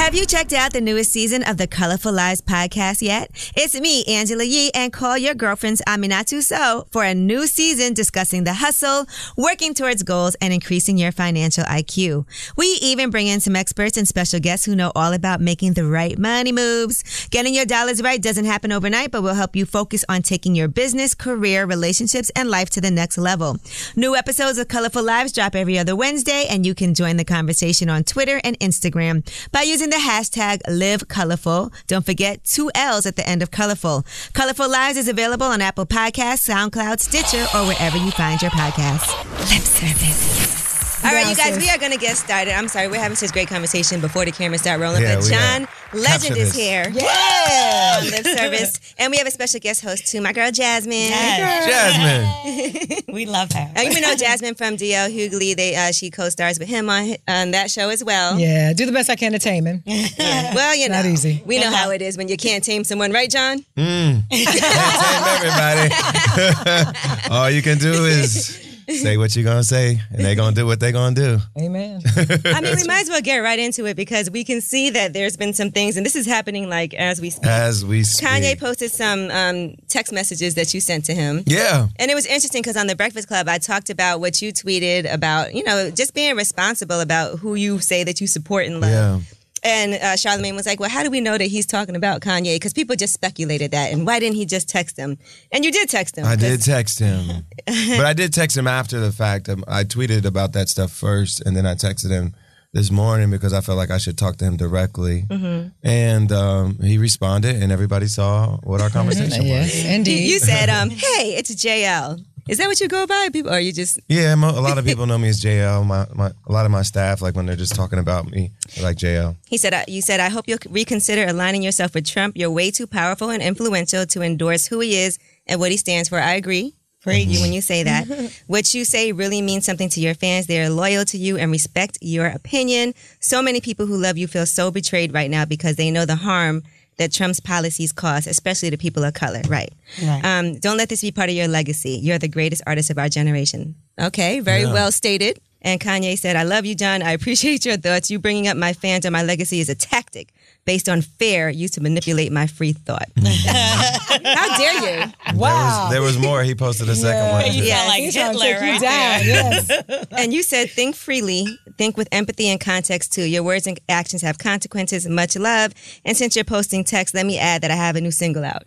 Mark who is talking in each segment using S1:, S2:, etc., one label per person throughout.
S1: Have you checked out the newest season of the Colorful Lives podcast yet? It's me, Angela Yee, and call your girlfriends Aminatu So for a new season discussing the hustle, working towards goals, and increasing your financial IQ. We even bring in some experts and special guests who know all about making the right money moves. Getting your dollars right doesn't happen overnight, but we'll help you focus on taking your business, career, relationships, and life to the next level. New episodes of Colorful Lives drop every other Wednesday, and you can join the conversation on Twitter and Instagram by using the hashtag LiveColorful. Don't forget two L's at the end of colorful. Colorful Lives is available on Apple Podcasts, SoundCloud, Stitcher, or wherever you find your podcasts. Lip service. All right, you guys, we are going to get started. I'm sorry, we're having such great conversation before the cameras start rolling.
S2: Yeah,
S1: but
S2: we are.
S1: John Legend
S2: Capture
S1: is
S2: this.
S1: here. On Lip service. And we have a special guest host too, my girl Jasmine.
S3: Yes.
S2: Jasmine.
S3: We love her.
S1: Uh, you may know Jasmine from DL Hughley. They uh, she co-stars with him on on that show as well.
S4: Yeah, do the best I can to tame him.
S1: Well, you know,
S4: Not easy.
S1: We know how it is when you can't tame someone, right, John?
S2: Tame everybody. All you can do is say what you're gonna say, and they gonna do what they gonna do.
S4: Amen.
S1: I mean, we might as well get right into it because we can see that there's been some things, and this is happening like as we speak.
S2: As we speak.
S1: Kanye posted some um, text messages that you sent to him.
S2: Yeah.
S1: And it was interesting because on the Breakfast Club, I talked about what you tweeted about, you know, just being responsible about who you say that you support and love.
S2: Yeah.
S1: And uh, Charlemagne was like, "Well, how do we know that he's talking about Kanye? Because people just speculated that, and why didn't he just text him? And you did text him.
S2: I did text him, but I did text him after the fact. Um, I tweeted about that stuff first, and then I texted him this morning because I felt like I should talk to him directly.
S1: Mm-hmm.
S2: And um, he responded, and everybody saw what our conversation was.
S4: yes, indeed.
S1: You said, um, "Hey, it's JL. Is that what you go by? People, or you just
S2: Yeah, mo- a lot of people know me as JL. My, my a lot of my staff, like when they're just talking about me, they're like JL.
S1: He said, uh, You said, I hope you'll reconsider aligning yourself with Trump. You're way too powerful and influential to endorse who he is and what he stands for. I agree. Praise you when you say that. what you say really means something to your fans. They are loyal to you and respect your opinion. So many people who love you feel so betrayed right now because they know the harm that Trump's policies cause, especially to people of color. Right. Um, don't let this be part of your legacy. You're the greatest artist of our generation. Okay, very well stated. And Kanye said, I love you, John. I appreciate your thoughts. You bringing up my fans and my legacy is a tactic based on fear used to manipulate my free thought. How dare you?
S4: wow.
S2: There was, there was more. He posted a second one. too.
S3: You
S1: Yes.
S3: sound like
S4: He's trying to
S3: Hitler
S4: take you
S3: right
S4: down.
S3: there.
S4: Yes.
S1: And you said, think freely, think with empathy and context too. Your words and actions have consequences. Much love. And since you're posting text, let me add that I have a new single out.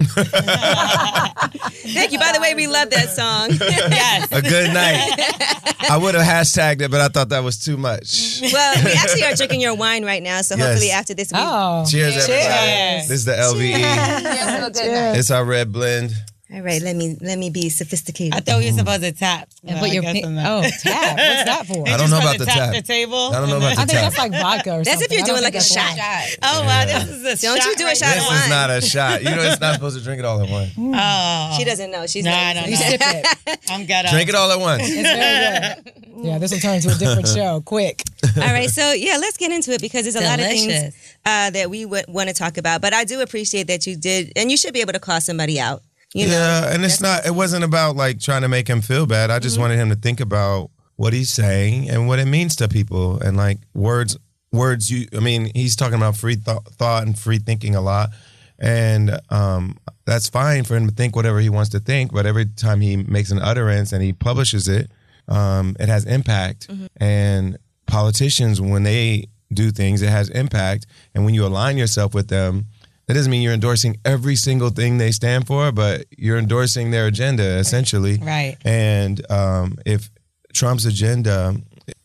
S1: Thank you. By the way, we love that song.
S3: Yes.
S2: A good night. I would have hashtagged it, but I thought that was too much.
S1: Well, we actually are drinking your wine right now, so
S2: Yes.
S1: hopefully after this we
S4: Oh.
S2: Cheers, everybody.
S3: Cheers.
S2: This is the LVE.
S4: Yeah.
S2: It's our red blend.
S1: All right, let me let me be sophisticated.
S3: I thought we were supposed to tap.
S4: And
S3: but
S4: put
S3: I
S4: your
S3: guess
S4: pin-
S3: I'm
S4: oh
S3: not.
S4: tap. What's that for?
S2: I
S4: I
S2: don't know about
S3: Supposed
S2: the
S3: to tap
S2: tap.
S3: the table. Mm-hmm.
S2: I don't know about the
S4: think
S2: tap.
S4: that's like vodka or
S1: That's
S4: something.
S1: if you're
S4: I don't
S1: doing
S4: think
S1: like a
S4: that's
S1: shot.
S4: wine.
S3: Oh wow, this is a
S1: Don't
S3: shot
S1: you do a
S3: right
S1: shot
S2: This
S1: of
S2: is not a shot. You know, it's not supposed to drink it all at once.
S3: now.
S1: She doesn't know. She's
S3: No,
S1: not.
S3: I don't
S4: You
S3: know.
S4: sip it.
S3: Oh, I'm good.
S2: Drink it all at once.
S4: It's very good. Yeah, this will turn into a different show. Quick.
S3: Mm-hmm.
S1: All right, so yeah, let's get into it because there's a lot of
S3: Delicious.
S1: things uh, that we would want to talk about. But I do appreciate that you did, and you should be able to call somebody out. You know,
S2: yeah, and it's not. It wasn't about like trying to make him feel bad. I
S1: Mm-hmm.
S2: just wanted him to think about what he's saying and what it means to people, and like words. Words. You. I mean, he's talking about free thought thought and free thinking a lot, and um, that's fine for him to think whatever he wants to think. But every time he makes an utterance and he publishes it, um, it has impact.
S1: Mm-hmm.
S2: And politicians, when they do things, it has impact. And when you align yourself with them, that doesn't mean you're endorsing every single thing they stand for, but you're endorsing their agenda essentially.
S3: Right.
S2: And um, if Trump's agenda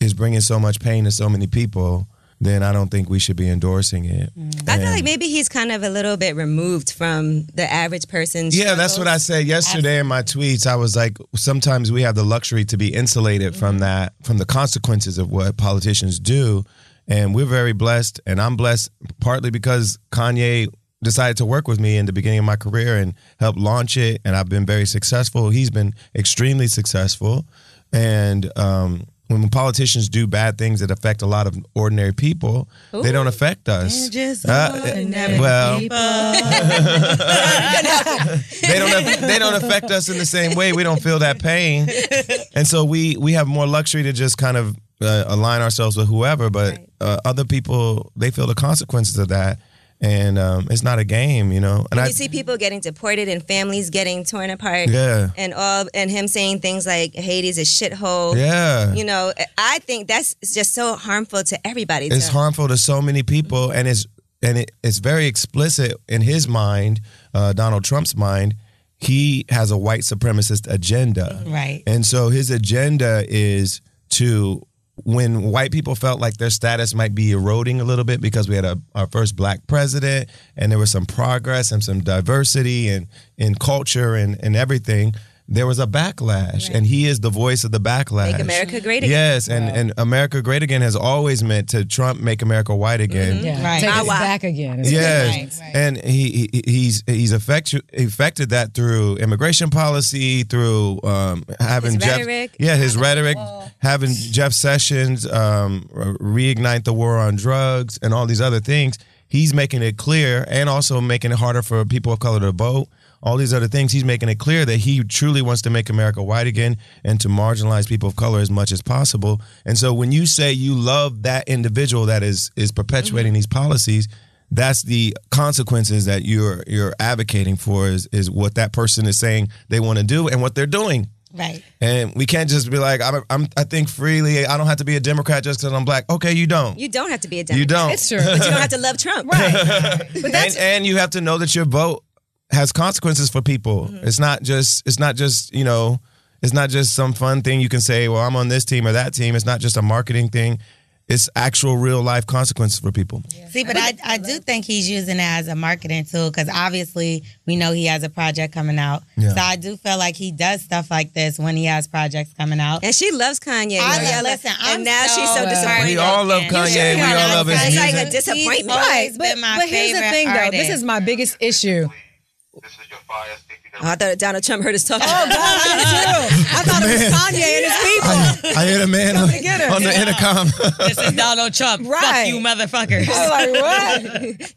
S2: is bringing so much pain to so many people, then I don't think we should be endorsing it.
S1: I feel
S2: And-
S1: like maybe he's kind of a little bit removed from the average person's.
S2: Yeah, that's what I said yesterday in my tweets. I was like, sometimes we have the luxury to be insulated from that, from the consequences of what politicians do. And we're very blessed. And I'm blessed partly because Kanye decided to work with me in the beginning of my career and help launch it. And I've been very successful. He's been extremely successful. And, um, when politicians do bad things that affect a lot of ordinary people, they don't affect us. Uh, well, they don't aff- they don't affect us in the same way. We don't feel that pain, and so we we have more luxury to just kind of uh, align ourselves with whoever, but
S1: Right.
S2: uh, other people they feel the consequences of that, and um, it's not a game, you know. And I,
S1: you see people getting deported and families getting torn apart.
S2: yeah,
S1: And all and him saying things like Haiti's a shithole.
S2: yeah,
S1: You know, I think that's just so harmful to everybody.
S2: it's
S1: to-
S2: harmful to so many people, and it's and it, it's very explicit in his mind, uh, Donald Trump's mind. He has a white supremacist agenda,
S3: Right.
S2: And so his agenda is to when white people felt like their status might be eroding a little bit because we had a, our first black president and there was some progress and some diversity and in culture and, and everything, there was a backlash. And he is the voice of the backlash.
S1: Make America great again.
S2: Yes, and, and America great again has always meant to Trump make America white again.
S4: Yeah.
S3: Right.
S4: Take
S1: Ah,
S4: it
S1: wow.
S4: back again.
S2: Yes,
S3: Right, right.
S2: and he, he he's he's effectu- affected that through immigration policy, through um, having
S1: His
S2: Jeff,
S1: rhetoric.
S2: yeah, his rhetoric, having Jeff Sessions um, re- reignite the war on drugs and all these other things. He's making it clear, and also making it harder for people of color to vote. All these other things, he's making it clear that he truly wants to make America white again and to marginalize people of color as much as possible. And so, when you say you love that individual that is is
S1: Mm-hmm.
S2: perpetuating these policies, that's the consequences that you're you're advocating for is is what that person is saying they want to do and what they're doing.
S3: Right.
S2: And we can't just be like, I'm, I'm I think freely. I don't have to be a Democrat just because I'm black. Okay, you don't. You,
S1: You don't have to be a Democrat.
S2: don't.
S4: It's true.
S1: But you don't have to love Trump. Right. but that's
S2: and, and you have to know that your vote has consequences for people. It's not just it's not just you know it's not just some fun thing you can say. Well, I'm on this team or that team. It's not just a marketing thing. It's actual real life consequences for people.
S3: See, but I, I do think he's using it as a marketing tool because obviously we know he has a project coming out.
S2: Yeah.
S3: So I do feel like he does stuff like this when he has projects coming out.
S1: And she loves Kanye.
S3: I
S1: Loyola.
S3: listen, I'm
S1: and now
S3: so
S1: she's so
S3: glad.
S1: disappointed.
S2: We all love Kanye. We all love his
S1: It's like
S2: music.
S1: a disappointment.
S3: He's always
S4: But,
S3: been my
S4: but here's the
S3: favorite
S4: thing, though.
S3: artist.
S4: This is my biggest issue.
S5: This is your fire stinking
S1: Oh, I thought Donald Trump heard us
S4: Oh,
S1: talking.
S4: I thought it was Kanye and his people.
S2: I, I hear a man on,
S4: get her.
S2: on the intercom.
S3: This is Donald Trump.
S4: Right.
S3: Fuck you, motherfuckers.
S4: I was like, what?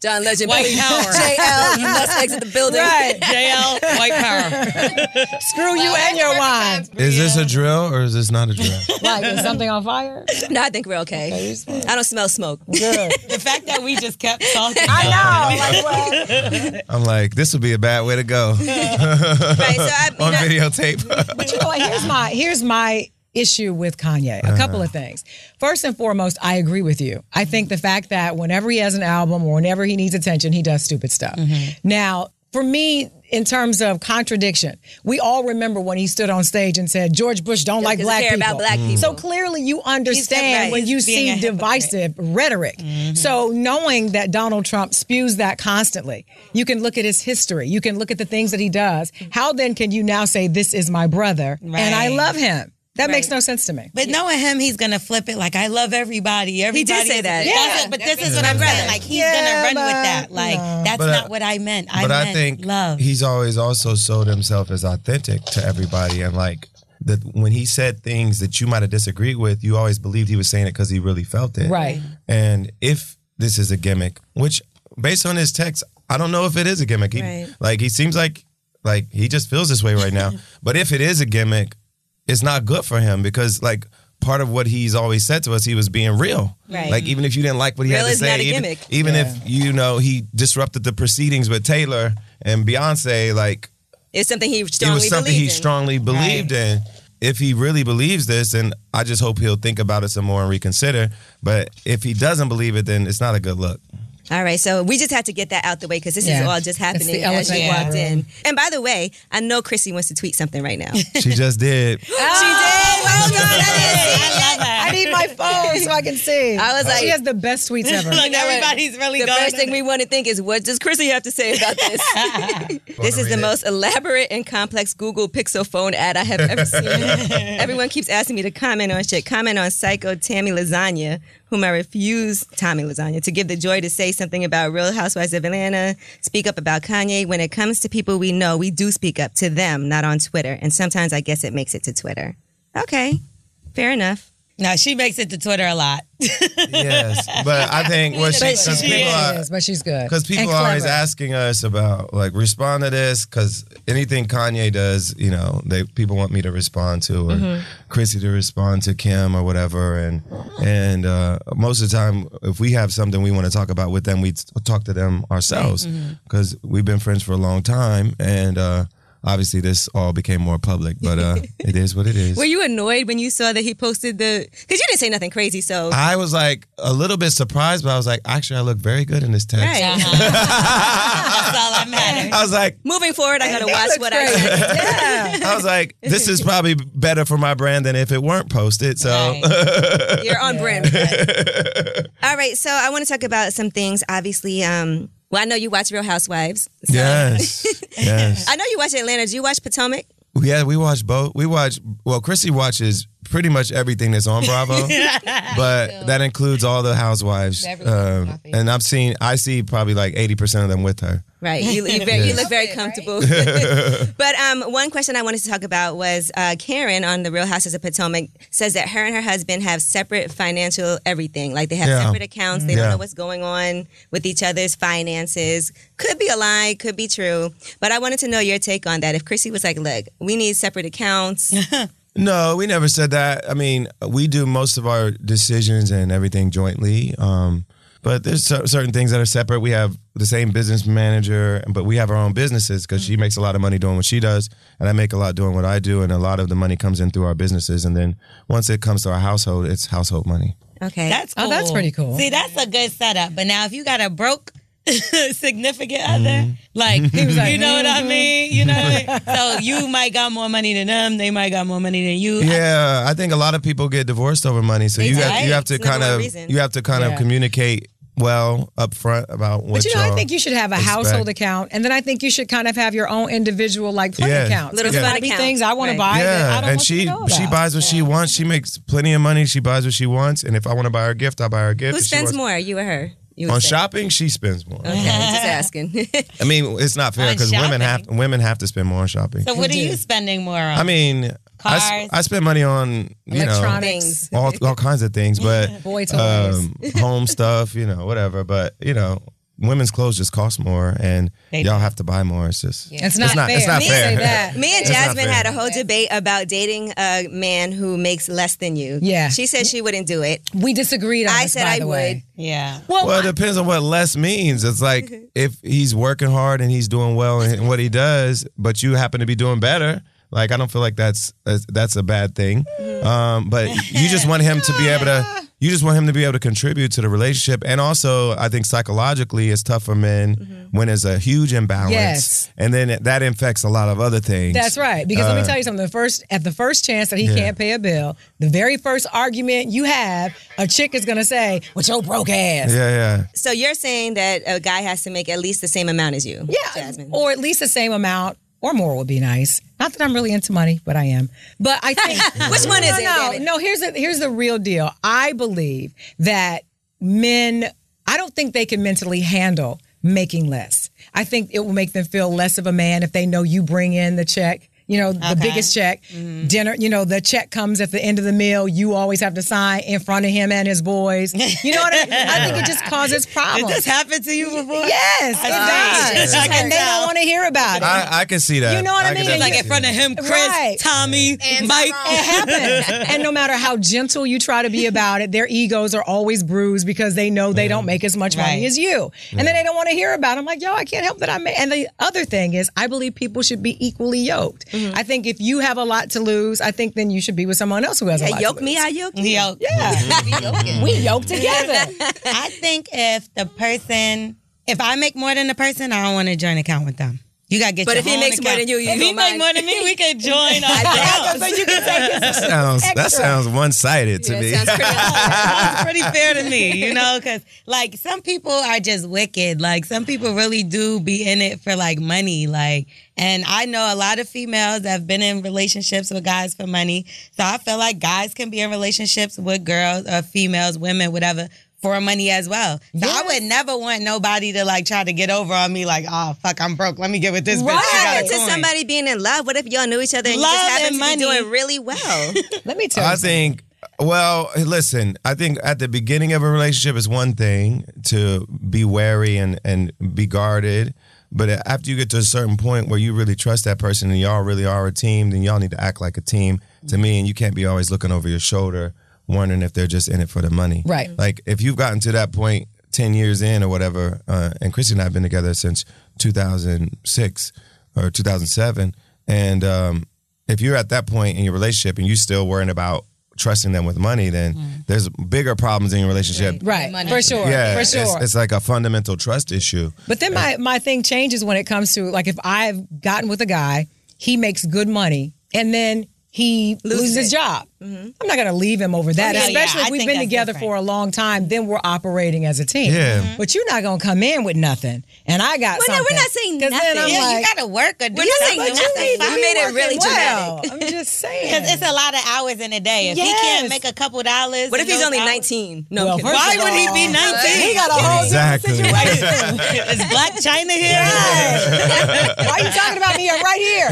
S1: John Legend.
S3: White
S1: baby.
S3: power.
S1: JL, you must exit the building.
S4: Right.
S3: JL, white power.
S4: Screw you and your wine.
S2: Is this a drill or is this not a drill?
S4: Like, is something on fire?
S1: No, I think we're okay. I don't smell smoke.
S4: Good.
S3: The fact that we just kept talking.
S4: I know. Like, what?
S2: I'm like, this would be a bad way to go
S1: Right. So I, you
S2: on
S1: know,
S2: videotape.
S4: But you know what? Here's my here's my issue with Kanye. A couple of things. First and foremost, I agree with you. I think the fact that whenever he has an album or whenever he needs attention, he does stupid stuff.
S1: Mm-hmm.
S4: Now, for me, in terms of contradiction, we all remember when he stood on stage and said George Bush don't like
S1: 'cause he
S4: black
S1: care
S4: people.
S1: about black people.
S4: So clearly, you understand
S1: right.
S4: when you
S3: He's being a
S4: see
S3: hypocrite.
S4: divisive rhetoric. So knowing that Donald Trump spews that constantly, you can look at his history. You can look at the things that he does. How then can you now say this is my brother and I
S3: Right.
S4: love him? That makes no sense to me.
S3: But knowing him, he's gonna flip it like I love everybody. Everybody
S1: say
S3: is-
S1: that.
S3: That's
S1: Yeah.
S3: it, but this is what I'm saying. Like he's
S4: Yeah,
S3: gonna run with
S4: but-
S3: that. Like that's
S2: But I-
S3: not what I meant. I
S2: but
S3: meant
S2: I think
S3: love.
S2: he's always also sold himself as authentic to everybody. And like, that when he said things that you might have disagreed with, you always believed he was saying it because he really felt it.
S4: Right.
S2: And if this is a gimmick, which based on his text, I don't know if it is a gimmick. He,
S1: Right.
S2: Like, he seems like like he just feels this way right now. but if it is a gimmick, it's not good for him because like part of what he's always said to us, he was being real.
S1: Right.
S2: Like even if you didn't like what he
S1: Real
S2: had to
S1: is
S2: say,
S1: not a
S2: even,
S1: gimmick.
S2: even if you know he disrupted the proceedings with Taylor and Beyonce, like
S1: it's something he
S2: it
S1: strongly
S2: was something he
S1: believes in.
S2: strongly believed in. If he really believes this, then I just hope he'll think about it some more and reconsider. But if he doesn't believe it, then it's not a good look.
S1: All right, so we just had to get that out the way because this is
S4: Yeah.
S1: all just
S4: It's the
S1: happening as
S4: elephant
S1: you
S4: in the
S1: walked
S4: room.
S1: in. And by the way, I know Chrissy wants to tweet something right now. she did.
S2: She just did.
S1: Oh, Well done. I didn't see it.
S4: I need my phone so I can see.
S1: I was like-
S4: she has the best tweets ever.
S3: Look,
S1: know what?
S3: everybody's really
S1: the
S3: going.
S1: first thing
S3: on
S1: we
S3: it.
S1: want to think is what does Chrissy have to say about this? this is
S2: read
S1: the
S2: it?
S1: most elaborate and complex Google Pixel phone ad I have ever seen. Everyone keeps asking me to comment on shit. Comment on Psycho Tammy Lasagna, whom I refuse Tommy Lasagna to give the joy to say something about Real Housewives of Atlanta. Speak up about Kanye. When it comes to people we know, we do speak up to them, not on Twitter. And sometimes I guess it makes it to Twitter. Okay, fair enough.
S3: No, she makes it to Twitter a lot.
S2: yes, but I think what she,
S3: But
S2: since
S3: she
S2: people
S4: She
S2: are
S4: is, but she's good.
S2: Because people
S4: And
S2: are always
S4: clever.
S2: asking us about like respond to this. Because anything Kanye does, you know, they people want me to respond to or
S1: Mm-hmm.
S2: Chrissy to respond to Kim or whatever. And and uh, most of the time, if we have something we want to talk about with them, we t- talk to them ourselves
S1: Mm-hmm.
S2: because we've been friends for a long time. And uh, obviously, this all became more public, but uh, it is what it is.
S1: Were you annoyed when you saw that he posted the? Because you didn't say nothing crazy, so
S2: I was like a little bit surprised, but I was like, actually, I look very good in this text.
S1: Right.
S3: That's all that matters.
S2: I was like,
S1: moving forward, I gotta watch what I
S4: great.
S1: say.
S4: Yeah.
S2: I was like, this is probably better for my brand than if it weren't posted. So
S3: Right.
S1: You're on brand. with that. All right, so I want to talk about some things. Obviously, um, well, I know you watch Real Housewives. So.
S2: yes, yes,
S1: I know you watch Atlanta. Do you watch Potomac?
S2: yeah. We watch both. We watch. Well, Chrissy watches pretty much everything that's on Bravo, but that includes all the Housewives.
S3: Everyone's my
S2: Um,
S3: favorite.
S2: and I've seen, I see probably like eighty percent of them with her.
S1: Right. You, you, very, you look very comfortable. but um, one question I wanted to talk about was uh, Karen on The Real Houses of Potomac says that her and her husband have separate financial everything. Like they have
S2: Yeah.
S1: separate accounts. They
S2: Yeah.
S1: don't know what's going on with each other's finances. Could be a lie, could be true. But I wanted to know your take on that. If Chrissy was like, look, we need separate accounts.
S2: No, we never said that. I mean, we do most of our decisions and everything jointly. Um, but there's cer- certain things that are separate. We have the same business manager, but we have our own businesses because
S4: Mm-hmm.
S2: she makes a lot of money doing what she does, and I make a lot doing what I do, and a lot of the money comes in through our businesses. And then once it comes to our household, it's household money.
S1: Okay.
S3: That's cool.
S4: Oh, that's pretty cool.
S3: See, that's a good setup. But now if you got a broke significant other, Mm-hmm. like, mm-hmm.
S4: like,
S3: you know what I mean? You know what I mean? So you might got more money than them, they might got more money than you.
S2: Yeah, I think a lot of people get divorced over money, so you
S1: do.
S2: have, you have to
S1: It's number
S2: kind
S1: one
S2: of
S1: reason.
S2: you have to kind
S4: Yeah.
S2: of communicate well up front about what.
S4: But you know, I
S2: y'all-
S4: think you should have a
S2: expect.
S4: household account, and then I think you should kind of have your own individual like play
S2: Yeah.
S4: accounts.
S1: Little
S4: There
S1: fun
S4: might be
S1: account.
S4: things I want
S1: Right.
S4: to buy. that I
S2: Yeah,
S4: don't
S2: and
S4: want you
S2: she
S4: to know
S2: she
S4: about.
S2: buys what she wants. She makes plenty of money. She buys what she wants, and if I want to buy her a gift, I buy her a gift.
S1: Who
S2: If she
S1: spends
S2: wants-
S1: more, you or her? You would
S2: on
S1: say.
S2: shopping? She spends more.
S1: Okay, just asking.
S2: I mean, it's not fair
S3: On
S2: because women have
S3: shopping?
S2: women have to spend more on shopping.
S3: So what are you spending more on?
S2: I mean, I, s-
S3: Cars.
S2: I spend money on you know
S4: Electronics,
S2: all all kinds of things, but
S4: boy toys.
S2: um, home stuff, you know, whatever. But you know, women's clothes just cost more, and
S3: They do.
S2: y'all have to buy more. It's just
S4: it's not, fair.
S2: It's not
S4: Say
S2: fair.
S4: that.
S1: Me and
S2: That's not
S1: Jasmine
S2: fair.
S1: had a whole debate about dating a man who makes less than you.
S4: Yeah.
S1: She said she wouldn't do it.
S4: We disagreed on
S1: I
S4: this,
S1: said
S4: by
S1: I
S4: the way.
S3: yeah.
S2: Well, it depends on what less means. It's like if he's working hard and he's doing well in what he does, but you happen to be doing better. Like I don't feel like that's that's a bad thing.
S4: Mm-hmm.
S2: Um, but you just want him to be able to. You just want him to be able to contribute to the relationship, and also I think psychologically it's tough for men when there's a huge imbalance,
S4: Mm-hmm. Yes.
S2: and then that infects a lot of other things.
S4: That's right. Because
S2: Uh,
S4: let me tell you something. The first at the first chance that he can't pay a bill, the very first argument you have, a chick is gonna say, "With your broke ass."
S2: Yeah, yeah.
S1: So you're saying that a guy has to make at least the same amount as you.
S4: Yeah, Oh,
S1: Jasmine.
S4: or at least the same amount or more would be nice. Not that I'm really into money, but I am. But I think
S1: Which one
S4: no,
S1: is it,
S4: No,
S1: damn it?
S4: no. Here's the here's the real deal. I believe that men. I don't think they can mentally handle making less. I think it will make them feel less of a man if they know you bring in the check. You know, the biggest check,
S1: Mm-hmm.
S4: dinner, you know, the check comes at the end of the meal. You always have to sign in front of him and his boys. You know what I mean? I think it just causes
S3: Did
S4: problems.
S3: this happen to you before?
S4: Yes, it does.
S3: see. I can
S4: and they
S3: tell.
S4: don't want to hear about it.
S2: I, I can see that.
S4: You know what I
S2: can
S4: mean?
S2: definitely
S3: Like in
S2: see
S3: front
S2: that.
S3: of him, Chris,
S4: Right.
S3: Tommy, Mike.
S4: it happens. and no matter how gentle you try to be about it, their egos are always bruised because they know they
S2: Mm.
S4: don't make as much money
S3: Right.
S4: as you. And then they don't want to hear about it. I'm like, yo, I can't help that I made. And the other thing is, I believe people should be equally yoked.
S2: Mm-hmm.
S4: I think if you have a lot to lose, I think then you should be with someone else who has a
S1: Yeah,
S4: lot
S1: yoke
S4: to lose.
S1: me, I yoke you.
S3: Yo,
S4: Yeah. we yoke together.
S3: I think if the person, if I make more than the person, I don't want to join account with them. You gotta get.
S1: But
S3: your
S1: if he
S3: own
S1: makes more
S3: account.
S1: than you, you
S3: if he
S1: don't
S3: make
S1: mind.
S3: more than me, we could join. our account.
S4: so you can take his
S2: That sounds that sounds one sided to
S1: That
S2: me.
S1: sounds pretty
S3: It's pretty fair to me, you know, because like some people are just wicked. Like some people really do be in it for like money. Like, and I know a lot of females that have been in relationships with guys for money. So I feel like guys can be in relationships with girls or females, women, whatever. For money as well. So I would never want nobody to like try to get over on me like, oh fuck, I'm broke. Let me get with this bitch. She got a
S1: Compared to
S3: coin."
S1: somebody being in love, what if y'all knew each other and
S3: Love
S1: you just happened
S3: and
S1: to
S3: money.
S1: be doing really well?
S4: Let me tell you.
S2: I think Well, listen, I think at the beginning of a relationship is one thing to be wary and, and be guarded. But after you get to a certain point where you really trust that person and y'all really are a team, then y'all need to act like a team to me. And you can't be always looking over your shoulder wondering if they're just in it for the money.
S4: Right.
S2: Like if you've gotten to that point 10 years in or whatever, uh, and Christy and I have been together since 2006 or 2007. And um, if you're at that point in your relationship and you're still worrying about trusting them with money, then there's bigger problems in your relationship.
S4: Mm. Right. For sure.
S2: Yeah,
S4: for sure.
S2: It's, it's like a fundamental trust issue.
S4: But then my, my thing changes when it comes to like if I've gotten with a guy, he makes good money, and then he loses, his job. I'm not gonna leave him over that,
S3: Mm-hmm. yeah,
S4: especially
S3: yeah.
S4: if
S3: I
S4: we've
S3: think
S4: been
S3: that's
S4: together
S3: different. Mm-hmm.
S4: for a long time. Then we're operating as a team.
S2: Yeah. Mhm.
S4: But you're not gonna come in with nothing, and I got.
S1: Well, no, we're
S4: something.
S1: not saying
S4: 'Cause Then I'm
S1: nothing.
S3: Yeah,
S4: like,
S3: you gotta work or do
S1: We're not
S3: something.
S1: saying nothing.
S3: Nothing.
S1: We made it really
S4: well, I'm just saying.
S3: Because it's a lot of hours in a day. If he
S4: Yes.
S3: can't make a couple dollars,
S1: What if
S3: in
S1: he's
S3: those
S1: only
S3: hours-
S1: 19? No,
S4: Well,
S1: I'm kidding.
S4: first
S3: Why
S4: of
S3: would he
S4: all,
S3: be 19?
S4: He got a whole.
S2: Exactly.
S3: Is Black China here?
S4: Why are you talking about me? I'm right here.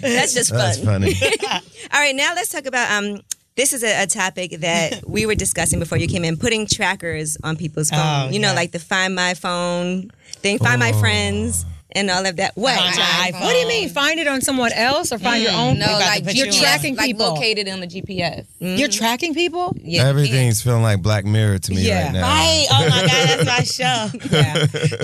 S1: That's just fun.
S2: That's funny.
S1: All right, now let's talk about um. This is a, a topic that we were discussing before you came in, putting trackers on people's phone.
S3: Oh,
S1: you know,
S3: yeah.
S1: like the Find My Phone thing, Find My
S2: Oh.
S1: Friends, and all of that. What?
S3: Find My
S4: What do you mean? Find it on someone else or find your own?
S5: Oh. Mm, No,
S3: about to
S5: like
S3: put
S5: GPS,
S3: you
S4: You're tracking
S5: like
S4: people.
S5: located on the GPS.
S1: Mm.
S4: You're tracking people.
S5: Yeah,
S2: Everything's feeling like Black Mirror to me
S4: Yeah.
S2: right now.
S3: Right. Oh my God, that's my show.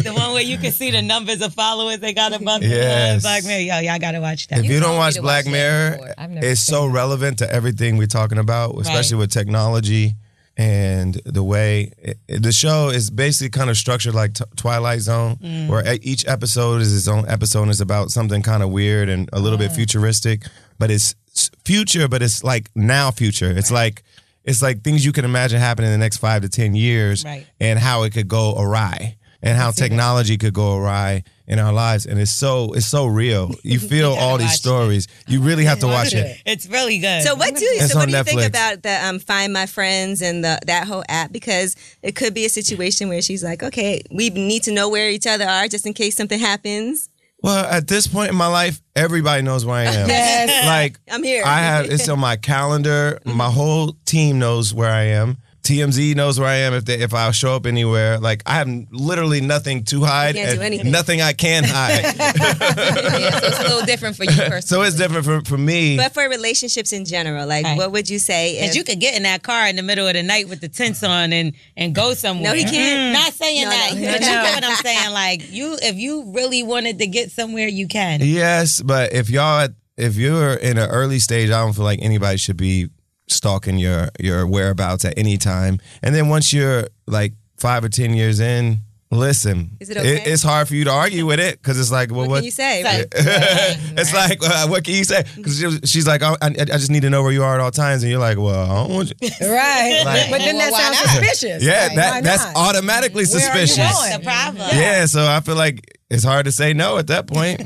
S3: The one where you can see the numbers of followers they got above
S2: Yes.
S3: yes. Black Mirror. Yo, y'all gotta watch that.
S2: If you, don't
S5: told me
S2: watch
S5: to
S2: Black
S5: watch that
S2: Mirror,
S5: before.
S4: I've never
S2: it's
S4: seen
S2: so relevant to everything we're talking about, especially with technology and the way it, it- the show is basically kind of structured like t- Twilight Zone, where e- each episode is its own episode and it's about something kind of weird and a little bit futuristic, but it's s- future, but it's like now future. It's like it's like things you can imagine happening in the next five to ten years,
S3: Right.
S2: and how it could go awry and how technology could go awry in our lives and it's so it's so real you feel all these
S3: watch it.
S2: stories you really have to watch it
S3: It's really good.
S1: So what do you
S2: It's
S1: so what
S2: on
S1: do you think
S2: Netflix.
S1: about the um, Find My Friends and the that whole app? Because it could be a situation where she's like, okay, we need to know where each other are just in case something happens.
S2: well at this point in my life everybody knows where i am
S4: Yes.
S2: like
S1: I'm here.
S2: i have it's on my calendar my whole team knows where i am TMZ knows where I am if they, if I show up anywhere. Like I have literally nothing to hide
S1: can't do
S2: and
S1: anything.
S2: nothing I can hide.
S5: yeah, so it's a little different for you personally.
S2: so it's different for, for me.
S1: But for relationships in general, like
S3: Right.
S1: what would you say?
S3: Because
S1: If,
S3: you could get in that car in the middle of the night with the tents on and and go somewhere.
S1: No, he can't.
S3: Not saying
S1: No,
S3: that.
S1: no.
S3: but you know what I'm saying? Like you, if you really wanted to get somewhere, you can.
S2: Yes, but if y'all if you're in an early stage, I don't feel like anybody should be stalking your your whereabouts at any time. And then once you're like five or ten years in, listen,
S1: Is it okay?
S2: it's hard for you to argue with it because it's like, well, what,
S1: what can you say?
S3: Like,
S2: it's like, uh, what can you say? Because she's like, oh, I, I just need to know where you are at all times, and you're like, well, I don't want you.
S4: Right.
S2: Like-
S4: but then that
S5: Well, why
S4: sounds
S5: not?
S4: suspicious.
S2: Yeah,
S4: Like, why
S2: that that's
S4: not?
S2: automatically
S4: Where are you
S2: suspicious.
S4: going?
S3: That's the problem.
S2: Yeah, so I feel like it's hard to say no at that point.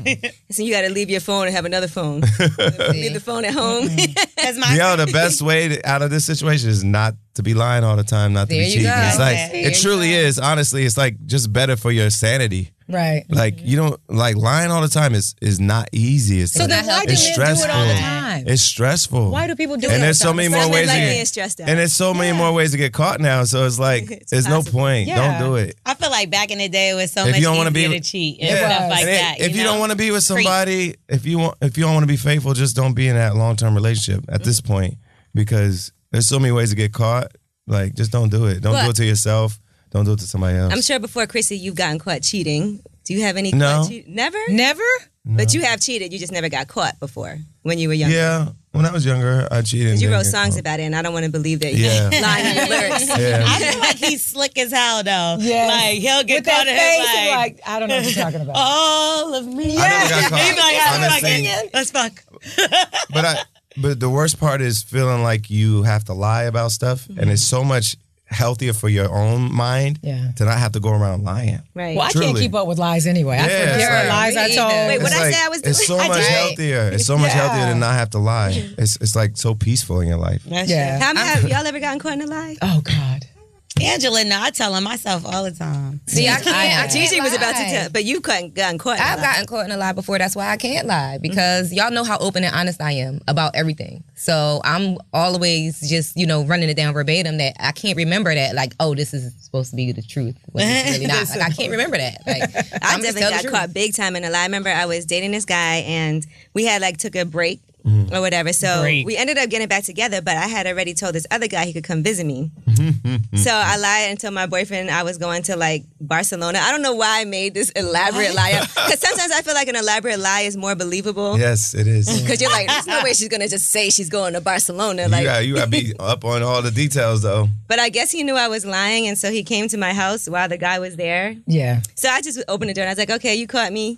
S1: So you got to leave your phone and have another phone. leave the phone at home.
S3: Because my
S2: Yo, the best way to, out of this situation is not to be lying all the time, not to
S5: There
S2: be
S5: you
S2: cheating.
S5: go.
S2: It's like
S3: There
S2: it truly is. Honestly, it's like just better for your sanity.
S4: Right.
S2: Like you don't like lying all the time is is not easy. It's
S4: So then why do men
S2: it's
S4: do it all the time?
S2: It's stressful.
S4: Why do people do it all
S2: And there's
S4: the
S2: so
S4: time?
S2: many
S4: It's
S2: more
S4: not
S2: ways
S1: like
S2: to
S1: being
S2: get.
S1: stressed out.
S2: And there's so many more ways to get caught now. So it's like there's no point.
S4: Yeah.
S2: Don't do it.
S3: I feel like back in the day it was so
S2: If
S3: much
S2: you don't wanna
S3: easier
S2: be
S3: to
S2: with-
S3: cheat and
S2: Yeah.
S3: stuff like
S2: And it-
S3: that.
S2: if you,
S3: know?
S2: don't want to be with somebody, if you want, if you don't want to be faithful, just don't be in that long term relationship at this point because there's so many ways to get caught. Like, just don't do it. Don't do
S1: But-
S2: it to yourself. Don't do it to somebody else.
S1: I'm sure before Chrissy, you've gotten caught cheating. Do you have any?
S2: No.
S1: caught cheat- never.
S4: Never?
S1: But you have cheated. You just never got caught before when you were younger.
S2: yeah, when I was younger, I cheated. and
S1: You
S2: didn't
S1: wrote
S2: get
S1: songs
S2: caught.
S1: about it, and I don't want to believe that you
S2: Yeah.
S1: lying in your lyrics.
S2: Yeah.
S3: I feel like he's slick as hell though.
S4: Yes.
S3: Like he'll get
S4: With that
S3: caught in his
S4: face,
S3: like,
S4: and like, I don't know what you're talking about.
S5: Oh.
S3: all of me.
S2: I never got caught,
S3: He'd be like, I'm
S2: honestly.
S3: fucking- let's fuck.
S2: but I, but the worst part is feeling like you have to lie about stuff, and it's so much healthier for your own mind
S4: Yeah.
S2: to not have to go around lying.
S1: Right.
S4: well, I can't
S2: Truly.
S4: keep up with lies anyway. I
S2: Yeah, it's
S4: forget
S2: like-
S4: the lies I
S5: Me
S4: told.
S5: either.
S1: Wait, what
S2: It's
S1: I
S2: like-
S1: said I was
S2: It's so
S1: doing- I
S2: much
S1: did.
S2: healthier. It's so much
S4: Yeah.
S2: healthier to not have to lie. It's it's like so peaceful in your life.
S4: Yeah.
S1: How many have y'all ever gotten caught in a lie?
S4: Oh, God.
S3: Angela, no, I tell him myself all the time.
S5: See, I can't. I can't
S1: TJ was about to
S5: lie.
S1: tell, but you couldn't gotten caught. in a
S5: I've
S1: lie.
S5: gotten caught in a lie before. That's why I can't lie
S1: Mm-hmm.
S5: because y'all know how open and honest I am about everything. So I'm always just you know running it down verbatim that I can't remember that like oh this is supposed to be the truth when it's really not. Like I can't remember that. Like
S1: I
S5: I'm just
S1: definitely
S5: tell the
S1: got
S5: truth.
S1: caught big time in a lie. I remember I was dating this guy and we had like took a break or whatever. So
S3: Break.
S1: we ended up getting back together, but I had already told this other guy he could come visit me. so I lied and told my boyfriend I was going to like Barcelona. I don't know why I made this elaborate lie up. Because sometimes I feel like an elaborate lie is more believable.
S2: Yes, it is. you
S1: Because you're like, there's no way she's gonna just say she's going to Barcelona. Like,
S2: got you got to be up on all the details though.
S1: but I guess he knew I was lying, and so he came to my house while the guy was there.
S4: Yeah.
S1: So I just opened the door and I was like, okay, you caught me.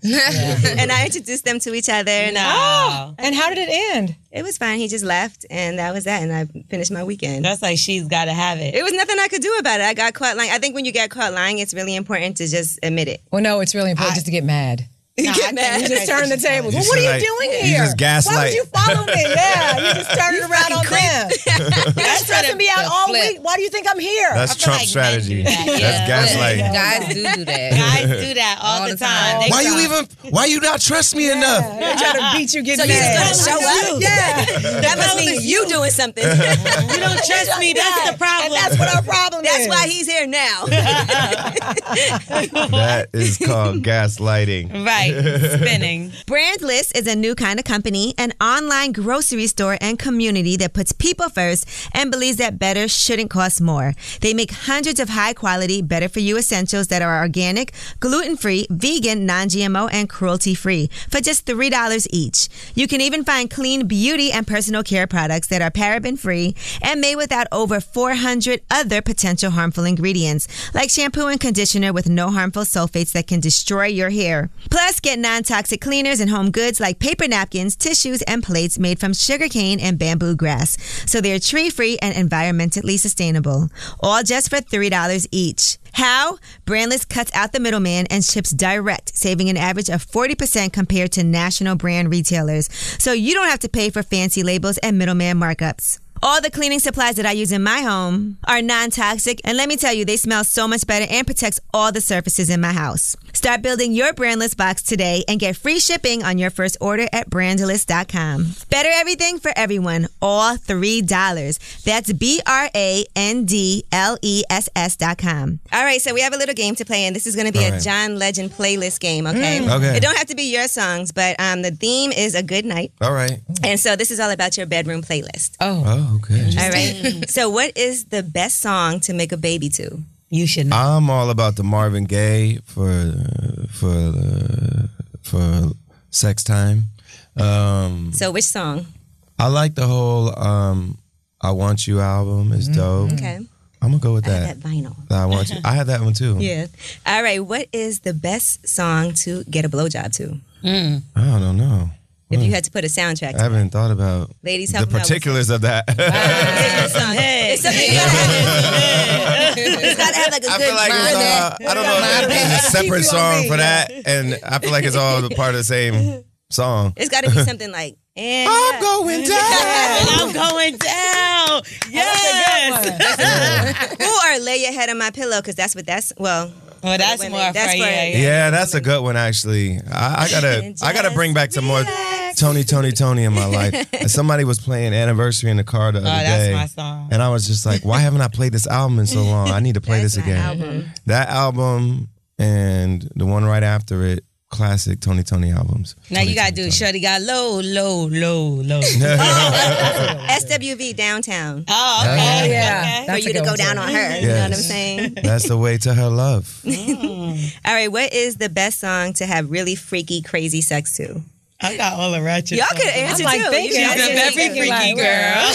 S1: and I introduced them to each other and uh,
S3: Oh,
S4: And how did it end?
S1: it was fine. He just left and that was that. And I finished my weekend.
S3: that's like she's got to have it.
S1: It was nothing I could do about it. I got caught lying. I think when you get caught lying, it's really important to just admit it.
S4: Well, no, it's really important just to get mad.
S3: Nah, I
S1: get
S3: think
S1: mad.
S3: you
S4: You just turn the tables.
S2: You
S4: Well, what are you
S2: just like-
S4: doing
S2: you
S4: here?
S2: just gaslight.
S4: Why would you follow me? Yeah, you just turn it around on them. You're stressing me out
S5: the
S4: all
S5: flip.
S4: week. Why do you think I'm here?
S2: That's
S3: feel
S2: Trump's
S3: like men do
S2: strategy.
S3: that, yeah.
S2: That's gaslighting.
S5: Guys do do that.
S3: Guys do that all, the, time. They
S2: Why
S3: try-
S2: you even? Why you not trust me enough?
S4: They try to beat you, get
S1: So you
S4: mad.
S1: just gotta show up?
S4: Yeah,
S1: That must mean you doing something. that's
S3: You don't trust me. That's the problem.
S4: that's what our problem is.
S1: why he's here now.
S2: That is called gaslighting.
S3: right. Spinning.
S6: Brandless is a new kind of company, an online grocery store and community that puts people first and believes that better shouldn't cost more. They make hundreds of high quality, better for you essentials that are organic, gluten free, vegan, non GMO, and cruelty free for just $3 each. You can even find clean beauty and personal care products that are paraben free and made without over 400 other potential harmful ingredients, like shampoo and conditioner with no harmful sulfates that can destroy your hair. Plus, get non toxic cleaners and home goods like paper napkins, tissues, and plates made from sugarcane and bamboo grass. So they're tree free and environmentally sustainable. All just for $3 each. How? Brandless cuts out the middleman and ships direct, saving an average of 40% compared to national brand retailers. So you don't have to pay for fancy labels and middleman markups. All the cleaning supplies that I use in my home are non toxic, and let me tell you, they smell so much better and protects all the surfaces in my house. Start building your brandless box today and get free shipping on your first order at brandless.com. Better everything for everyone, all $3. That's B R A N D L E S S.com.
S1: All right, so we have a little game to play, and this is gonna be
S2: All
S1: a
S2: right. Mm.
S1: John Legend playlist game, okay?
S2: Okay.
S1: It don't have to be your songs, but um, the theme is a good night.
S2: All right.
S1: And so this is all about your bedroom playlist.
S2: Oh, okay.
S1: All right. so what is the best song to make a baby to?
S3: You should know.
S2: I'm all about the Marvin Gaye for for for sex time. Um,
S1: So which song?
S2: I like the whole um, "I Want You" album. It's dope.
S1: Mm-hmm. Okay.
S2: I'm gonna go with
S1: That
S2: that.
S1: vinyl.
S2: I want you. I had that one too.
S1: Yeah. All right. What is the best song to get a blowjob to?
S2: I don't know.
S1: If you had to put a soundtrack
S2: I
S1: to
S2: haven't thought about
S1: Ladies,
S2: the
S1: help 'em out with-
S2: particulars of that.
S1: it's something you gotta have. It's gotta have like a
S2: I
S1: good
S2: feel like it's
S1: vibe.
S2: all, I don't know if there's a separate song for that, and I feel like it's all part of the same song.
S1: It's gotta be something like and
S2: I'm going down.
S3: I'm going
S4: Oh,
S3: down. Yes.
S1: or lay your head on my pillow because that's what that's well
S3: Well, that's
S1: Women,
S3: more
S1: that's
S3: for
S1: for-
S3: yeah, yeah.
S2: Yeah, that's a good one actually. I, I gotta I gotta bring back some more Tony Tony Tony in my life. And somebody was playing Anniversary in the car the other
S3: that's
S2: day,
S3: my song.
S2: and I was just like, why haven't I played this album in so long? I need to play this
S1: my
S2: again.
S1: album.
S2: That album and the one right after it, classic Tony Tony albums.
S3: Now you gotta do. Shorty got low, low, low, low.
S1: SWV downtown
S3: Oh, okay.
S4: yeah.
S3: Okay.
S1: for
S4: That's
S1: you
S4: a
S1: to
S4: good
S1: go
S4: one,
S1: down
S4: too.
S1: on her. You know what I'm
S2: Yes.
S1: saying?
S2: That's the way to her love.
S1: All right, what is the best song to have really freaky, crazy sex to?
S3: I got all the ratchet.
S1: Y'all
S3: songs.
S1: could answer
S4: like
S1: too.
S4: thinking.
S1: You
S4: I'm
S1: guys are thinking.
S4: Yeah, yeah,
S3: She's a very freaky
S4: yeah.
S3: girl.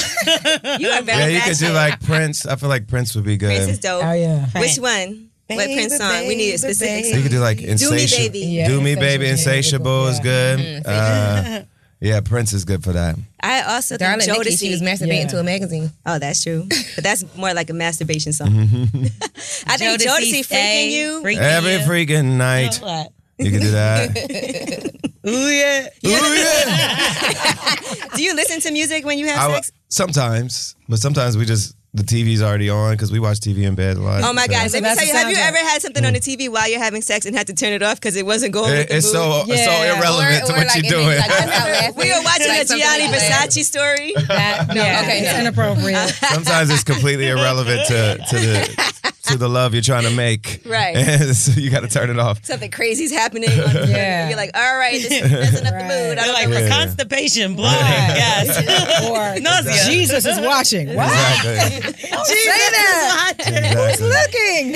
S1: You are very
S2: Yeah, you could
S1: ratchet.
S2: do like uh, Prince. I feel like Prince would be good.
S1: Prince is dope.
S4: Oh yeah.
S1: Which one? what
S3: Baby,
S1: Prince song? we need a specific
S3: baby.
S2: You
S1: song.
S2: could do like insatiable.
S1: Baby.
S4: Yeah,
S2: Do me,
S4: Insatiable
S2: baby.
S4: is
S2: Insatiable is
S4: yeah.
S2: good. Uh, yeah, Prince is good for that.
S1: I also think
S5: Darling Nikki,
S1: Jodeci.
S5: she was masturbating
S4: Yeah.
S5: to a magazine.
S1: oh, that's true. But that's more like a masturbation song.
S2: Mm-hmm.
S1: I think Jodeci, freaking
S3: Stay,
S1: you.
S3: Freaking
S2: Every
S3: you.
S2: freaking night,
S3: What?
S2: you could do that.
S3: Ooh yeah.
S2: Ooh, yeah.
S1: Do you listen to music when you have
S2: I,
S1: sex?
S2: sometimes, but sometimes we just the TV's already on because we watch TV in bed a lot.
S1: Oh my God! Let
S4: So
S1: me
S4: that's
S1: tell you,
S4: the
S1: have you
S4: soundtrack.
S1: ever had something on the TV while you're having sex and had to turn it off because it wasn't going? with
S2: Mm. It-
S1: the
S2: it's
S1: mood?
S2: so it's
S4: Yeah.
S2: so irrelevant
S5: Or-
S2: to
S5: or
S2: what
S5: like,
S2: you're
S5: it
S2: doing.
S5: makes, like, us out laughing.
S1: We were watching
S5: Like,
S1: the
S5: something
S1: Gianni
S5: like that.
S1: Versace story.
S4: That, no,
S5: okay,
S4: it's
S5: no.
S4: inappropriate.
S2: Sometimes it's completely irrelevant to to the to the love you're trying to make.
S1: Right.
S2: And so you got to turn it off.
S1: Something crazy's happening. On
S4: Yeah.
S1: You're like, all right, this is messing up the mood. I
S3: They're
S1: don't
S3: like
S1: know.
S3: for
S2: Yeah.
S3: constipation, blowing,
S4: Right.
S3: gas,
S4: or
S3: nausea.
S4: Jesus is watching. What?
S2: Exactly.
S3: Jesus is watching.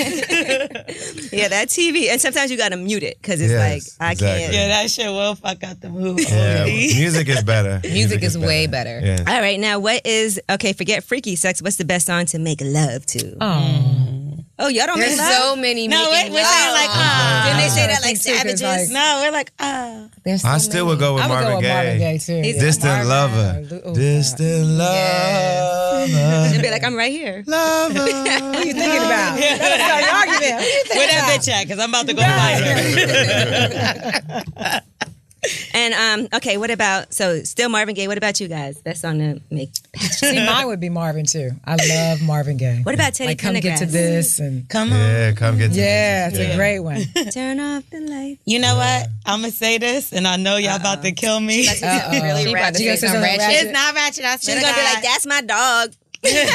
S2: exactly.
S4: Looking.
S1: Yeah, that TV. And sometimes you gotta mute it because it's
S2: Yes,
S1: like I
S2: exactly.
S1: can't.
S3: Yeah, that shit will fuck out the mood.
S2: Yeah,
S3: OD.
S2: music is better.
S5: Music is way better.
S2: Yeah.
S1: All right, now what is okay? Forget freaky sex. What's the best song to make love to?
S4: Oh.
S1: Oh, y'all don't
S5: There's
S1: make love.
S5: so many.
S3: No,
S5: making
S3: wait, we're saying
S5: love.
S3: like, ah.
S1: Didn't they say that
S4: I
S1: like
S4: think too, 'cause,
S1: savages?
S4: like,
S3: No, we're like, ah.
S5: There's so
S2: I still
S5: many.
S2: would go with
S4: I would
S2: Marvin
S4: go with Marvin Gaye
S2: Gaye.
S4: too.
S1: He's-
S2: Distant
S4: Marvin.
S2: lover.
S4: Oh, God.
S2: Distant
S1: They'll
S2: lover.
S1: be like, I'm right here.
S4: What are you thinking about? That's not an argument. What are you thinking
S3: Where that
S4: about?
S3: bitch at? Because I'm about to go find her.
S1: And um, okay, what about so still Marvin Gaye? What about you guys? Best song to make.
S4: See, mine would be Marvin too. I love Marvin Gaye.
S1: What about Teddy
S4: like, come get
S1: Pendergrass?
S4: to this and
S3: Come on.
S2: Yeah, come get to
S4: yeah, it's
S2: this.
S4: a great one.
S1: Turn off the light.
S3: You know what? I'm going to say this, and I know y'all
S1: Uh-uh.
S3: about to kill me.
S5: Uh-oh.
S1: Really
S5: She about to
S4: You
S5: say
S4: gonna say something
S5: something ratchet.
S3: It's not ratchet. I
S1: She's
S3: swear to
S1: gonna be
S3: God.
S1: like, that's my dog.
S3: Hey.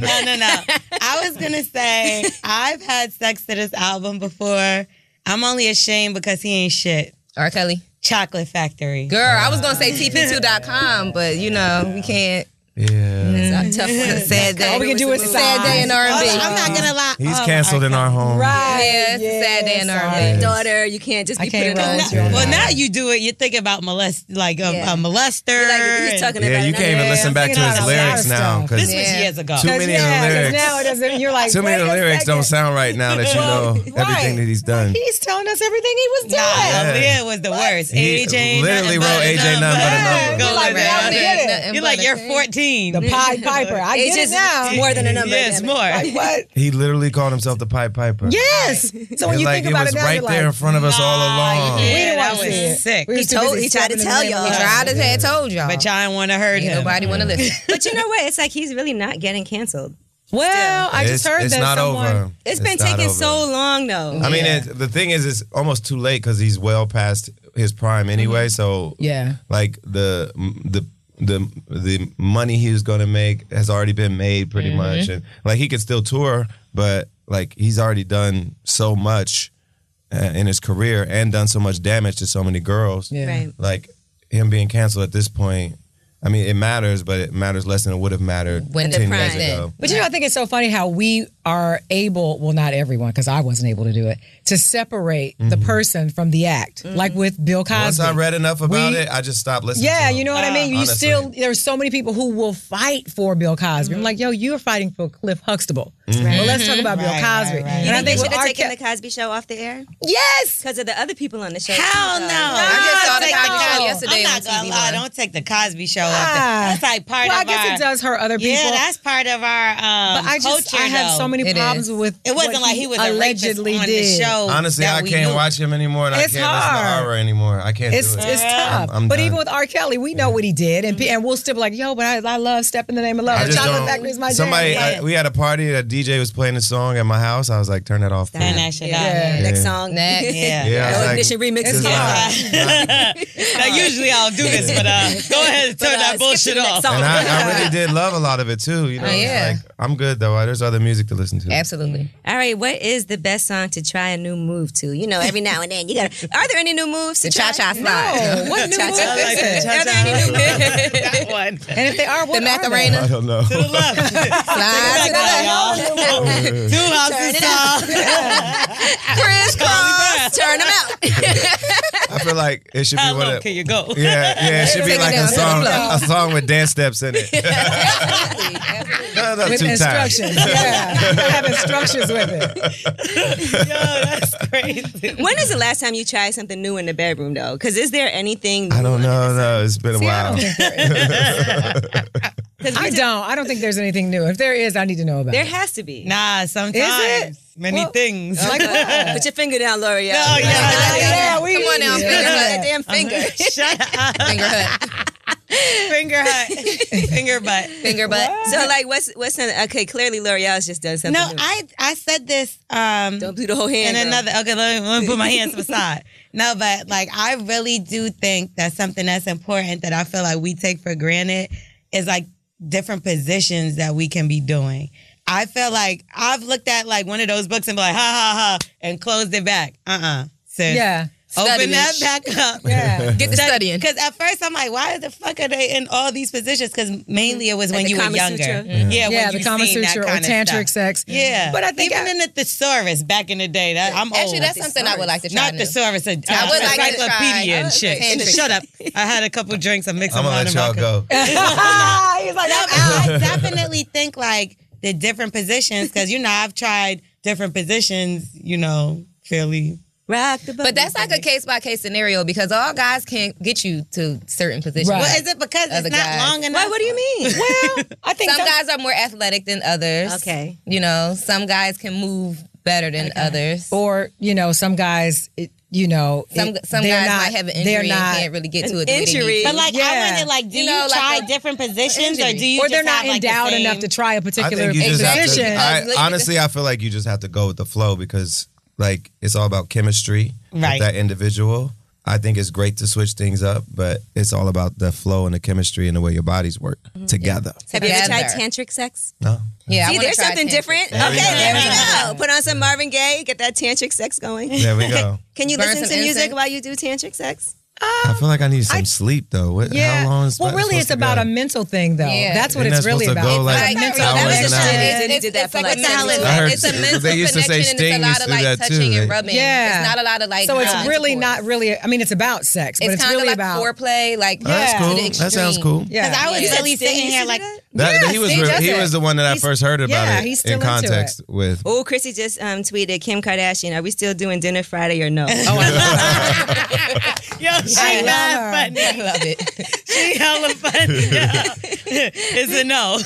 S3: no, no, no. I was gonna say I've had sex to this album before. I'm only ashamed because he ain't shit.
S5: R. Kelly.
S3: Chocolate Factory.
S5: Girl, I was gonna say tp2.com, but you know we can't.
S2: Yeah.
S5: It's a tough sad day.
S4: All we can do is
S5: sad day in
S4: sigh.
S3: Hold
S5: R&B.
S3: on, Oh, I'm not gonna lie.
S2: He's
S3: Oh,
S2: canceled in our home.
S4: Right.
S5: Yeah, it's a sad day in
S4: Yes,
S5: R&B.
S1: Daughter, you can't just be
S4: I
S1: put it
S4: can't
S1: on.
S4: run.
S3: Now- well, now you do it. You're thinking about molest, like a,
S1: Yeah.
S3: a molester.
S1: Like, he's
S3: and-
S1: talking
S2: Yeah,
S1: about
S2: you can't even
S1: another-
S2: listen back to
S4: thinking
S2: his
S4: about a lot of
S2: lyrics now
S4: stuff.
S2: because
S3: this
S5: Yeah.
S3: was years ago.
S2: too many of the
S4: 'cause
S2: lyrics.
S4: now it doesn't. You're like
S2: Too many of
S4: wait a
S2: the lyrics
S4: second.
S2: don't sound right now that you know everything that he's done.
S4: He's telling us everything he was doing.
S3: Nah,
S2: Yeah.
S3: Aaliyah was the worst.
S2: He
S3: AJ
S2: literally
S3: nothing
S2: wrote
S3: but a
S2: AJ nothing but a number.
S3: Go
S4: You're like, now
S3: like
S4: I
S3: that.
S4: get it.
S5: Nothing
S3: You're
S5: but
S3: like
S5: a
S3: you're
S5: thing.
S3: 14.
S4: The Pied Piper. I
S1: It's
S4: get it
S1: just
S4: now.
S1: more than a number.
S3: Yes,
S1: damn it.
S3: more.
S4: What?
S2: He literally called himself the Pied Piper.
S4: Yes. So when
S2: It's
S4: you
S2: like
S4: think
S2: it
S4: about
S2: was
S4: it now,
S2: right
S4: you're
S2: there in
S4: like,
S2: front of us all
S3: Nah,
S2: along.
S4: we
S3: yeah,
S4: didn't
S3: that
S4: want to
S3: was
S4: see it.
S3: sick.
S4: We
S1: He
S4: was too
S1: told,
S4: busy
S1: he tried to
S4: stepping in the
S1: tell
S4: middle
S1: y'all.
S4: of
S5: He
S4: it.
S5: tried as had told y'all.
S3: But y'all didn't want to hurt
S5: Ain't
S3: him.
S5: nobody want to listen.
S1: But you know what? It's like he's really not getting canceled.
S4: Well, I
S2: It's,
S4: just heard
S2: it's
S4: that
S2: not
S4: someone.
S2: over.
S1: it's been
S2: not
S1: taking
S2: over.
S1: so long
S4: Mm.
S1: though.
S2: I mean, it, the thing is, it's almost too late because he's well past his prime
S4: Mm-hmm.
S2: anyway. So
S4: Yeah.
S2: like the the the the money he was gonna make has already been made pretty
S4: Mm-hmm.
S2: much, and like he could still tour, but like he's already done so much uh, in his career and done so much damage to so many girls.
S4: Yeah.
S1: Right.
S2: Like him being canceled at this point, I mean, it matters, but it matters less than it would have mattered
S5: When the
S2: ten years
S5: prime-
S2: ago.
S4: But you know, I think it's so funny how we are able, well, not everyone, because I wasn't able to do it, to separate the
S2: Mm-hmm.
S4: person from the act.
S1: Mm-hmm.
S4: Like with Bill Cosby.
S2: Once I read enough about
S4: We-
S2: it, I just stopped listening.
S4: Yeah,
S2: to him.
S4: you know what I mean? You
S2: Honestly.
S4: still, there's so many people who will fight for Bill Cosby.
S3: Mm-hmm.
S4: I'm like, yo, you're fighting for Cliff Huxtable.
S2: Mm-hmm.
S4: Well, let's talk about Bill
S3: Right,
S4: Cosby.
S3: right, right.
S4: And
S1: You
S4: I
S1: think they
S4: think
S1: should
S4: with
S1: have
S4: R.
S1: taken
S4: Kelly-
S1: the Cosby Show off the air
S4: Yes!
S1: because of the other people on the show.
S3: Hell
S1: too, though.
S3: no.
S5: just saw
S3: I'll
S5: the
S3: take
S5: Cosby
S3: the-
S5: Show yesterday
S3: I'm
S5: on
S3: not gonna
S5: TV
S3: lie.
S5: Live.
S3: Don't take the Cosby show
S4: Ah.
S3: off. the- That's like part
S4: Well, I
S3: of
S4: guess
S3: our,
S4: it does hurt other people.
S3: Yeah, that's part of our um,
S4: but I just,
S3: culture.
S4: I have
S3: though.
S4: so many
S5: It
S4: problems
S5: is.
S4: with
S3: It wasn't
S4: what
S3: like he was
S4: allegedly
S3: allegedly a rapist on
S4: did.
S3: the show.
S2: Honestly,
S3: that
S2: I
S3: we
S2: can't
S3: knew.
S2: watch him anymore, and
S4: It's
S2: I can't listen
S4: hard.
S2: to Aura anymore. I can't
S4: It's
S2: do it.
S4: it's tough.
S2: I'm
S4: but
S2: done.
S4: even with R. Kelly, we know what he did, and pe
S3: Mm-hmm.
S4: and we'll still be like, yo, but I, I love Step in the Name of Love.
S2: I just
S4: Chocolate
S2: don't-
S4: Factory is my jam.
S2: Somebody,
S4: Yeah.
S2: I, we had a party that DJ was playing a song at my house. I was like, turn that off. please.
S3: Turn that shit
S4: Yeah.
S3: off.
S1: Next
S2: Yeah.
S1: song.
S5: Next.
S3: Yeah.
S2: Yeah, I was
S1: No
S2: like,
S1: ignition remix.
S2: this is
S1: Yeah.
S2: hard.
S3: Now, usually I'll do this, but uh, go ahead and turn
S1: uh, skip
S3: that
S1: to
S3: bullshit
S1: the next
S3: off.
S1: song.
S2: And I, I really did love a lot of it too. You know,
S5: Oh,
S2: It's
S5: yeah.
S2: like I'm good though. There's other music to listen to.
S5: Absolutely.
S1: All right, what is the best song to try a new move to? You know, every now and then you gotta. Are there any new moves to
S5: The
S1: try?
S5: cha cha slide.
S4: What new move is it?
S3: Cha-cha. that one.
S4: And if they are, what
S5: The Macarena.
S2: I don't know.
S3: To the left.
S5: Slide to the left.
S3: Y'all. Two houses tall.
S1: Crisscross, turn them out.
S2: I feel like it should
S3: How
S2: be one
S3: low
S2: of.
S3: can you go?
S2: Yeah, yeah, it should be
S5: Take it
S2: like
S5: down
S2: a
S5: to the
S2: song,
S5: floor.
S2: a song with dance steps in it. no, no,
S4: With
S2: two times.
S4: instructions. yeah. You gotta have instructions with it.
S3: Yo, that's crazy.
S1: when is the last time you tried something new in the bedroom though? Because is there anything?
S2: I don't know. No, it's been a
S4: I
S2: while.
S4: don't think there is. I don't. I don't think there's anything new. If there is, I need to know about
S1: There
S4: it.
S1: has to be.
S3: Nah, sometimes many
S4: Well,
S3: things.
S1: Put your finger down, L'Oreal.
S3: Oh, yeah.
S4: yeah, we
S5: Come on now,
S1: Put your
S5: finger
S1: finger down,
S5: hut.
S1: that damn finger.
S3: Shut up.
S5: Finger hut.
S3: Finger hut. Finger butt.
S5: Finger butt.
S1: So like, what's what's an, okay? Clearly, L'Oreal's just done something.
S3: No,
S1: new.
S3: I I said this um
S1: don't do the whole hand.
S3: and
S1: girl.
S3: another okay let me, let me put my hands to the side no but like i really do think that something that's important that i feel like we take for granted is like different positions that we can be doing i feel like i've looked at like one of those books and be like ha ha ha and closed it back uh-uh sis
S4: Yeah.
S3: open
S5: Study
S3: that
S5: it.
S3: back up
S4: Yeah.
S5: Get to studying.
S3: because at first I'm like, why the fuck are they in all these positions? Because mainly it was when
S1: the
S3: you were
S1: Kama
S3: younger.
S1: Sutra.
S4: Yeah,
S3: Yeah, when
S4: the
S3: you
S4: Kama
S3: seen that
S4: Sutra or
S3: kinda stuff.
S4: tantric sex.
S3: Yeah,
S4: But I think
S3: even
S4: I-
S3: in the thesaurus back in the day, that I'm
S5: Actually,
S3: old.
S5: that's something I would like to try.
S3: Oh, Not
S5: now.
S3: thesaurus, a,
S5: I would
S3: uh,
S5: like to
S3: encyclopedia
S5: try.
S3: and shit.
S5: Tantric.
S3: Shut up! I had a couple drinks. I'm mixing
S2: I'm gonna
S3: wine
S2: let
S3: and
S2: y'all
S3: vodka.
S2: go.
S4: He's like,
S3: No,
S4: I'm
S3: but I definitely think like the different positions because you know I've tried different positions. You know, fairly.
S1: rock the boat.
S5: But that's like a case by case scenario because all guys can't get you to certain positions.
S4: Right.
S3: Well, is it because
S5: Other
S3: it's not
S5: guys.
S3: long enough?
S1: Why? What do you mean?
S4: well, I think
S5: Some
S4: some-
S5: guys are more athletic than others.
S1: Okay.
S5: You know, some guys can move better than others.
S4: or you know, some guys, it, you know,
S5: some
S4: it-
S5: some
S4: they're
S5: guys
S4: not-
S5: might have an
S4: They're
S5: injury
S4: not.
S5: and can't really get to it. the way they
S1: Injury.
S5: need to.
S3: But like
S4: Yeah.
S3: I wonder, like, do
S5: You
S3: you,
S5: know, like
S3: try
S5: a-
S3: different positions, or
S5: injury.
S3: do you?
S4: or
S3: just
S4: they're
S3: have,
S4: not
S3: like, the
S4: endowed
S3: same-
S4: enough to try a
S2: I
S4: particular
S2: think you just have
S4: position.
S2: to.
S5: Because
S2: I,
S5: look at
S2: honestly, I feel like you just have to go with the flow because, like, it's all about chemistry
S3: Right.
S2: with that individual. I think it's great to switch things up, but it's all about the flow and the chemistry and the way your bodies work
S4: Mm-hmm.
S2: together.
S1: Have you ever tried
S5: Together.
S1: tantric sex?
S2: No,
S5: yeah, I
S1: See,
S5: wanna
S1: there's
S5: try
S1: something
S5: tantric.
S1: different.
S2: There
S1: okay,
S2: we go.
S1: there we
S5: There
S1: go. Put on some Marvin Gaye, get that tantric sex going.
S2: there we go.
S1: Can you
S5: Burn
S1: listen
S5: some
S1: to music
S5: incense.
S1: while you do tantric sex?
S2: I feel like I need some sleep though. What,
S4: Yeah.
S2: How long is
S4: well, really,
S2: supposed
S4: it's
S2: to
S4: about
S2: go?
S4: a mental thing, though.
S5: Yeah.
S4: That's what
S2: Isn't
S4: it's
S2: that
S4: really
S2: supposed to
S4: about.
S2: go, Oh, like,
S4: it's
S5: Like,
S4: a
S5: not
S4: mental
S5: really.
S2: hours
S4: connection.
S1: That
S2: and hours.
S1: is
S5: It's-
S1: And he did that
S5: it's
S1: for
S5: like
S1: like
S5: a mental-
S1: hours.
S2: I heard
S5: It's a
S2: they
S5: mental
S2: used to say
S5: connection and
S2: Sting
S5: it's a lot
S2: used
S5: of
S2: to do
S5: like
S2: that too,
S5: touching and
S2: right?
S5: rubbing.
S4: Yeah.
S5: It's not a lot of like.
S4: So it's
S5: uh,
S4: really not
S5: intercourse.
S4: really. I mean, it's about sex, but
S5: It's,
S4: it's,
S5: kind of
S4: really
S5: like
S4: about
S5: foreplay. Like
S2: Oh, that's
S5: to
S4: cool.
S5: the
S2: That sounds
S5: extreme.
S2: cool.
S4: Yeah,
S3: Because I was
S5: Yeah.
S3: really sitting here like,
S2: That,
S4: Yes,
S2: he was
S4: he
S2: re-
S4: does
S2: he
S4: it.
S2: was the one that I
S4: He's-
S2: first heard about
S4: yeah,
S2: it
S4: he's still
S2: in
S4: into it.
S2: context with.
S1: Oh, Chrissy just um, tweeted Kim Kardashian. Are we still doing dinner Friday or no?
S4: Oh,
S3: yo, she not funny.
S5: I love it.
S3: She hella funny. It's a no.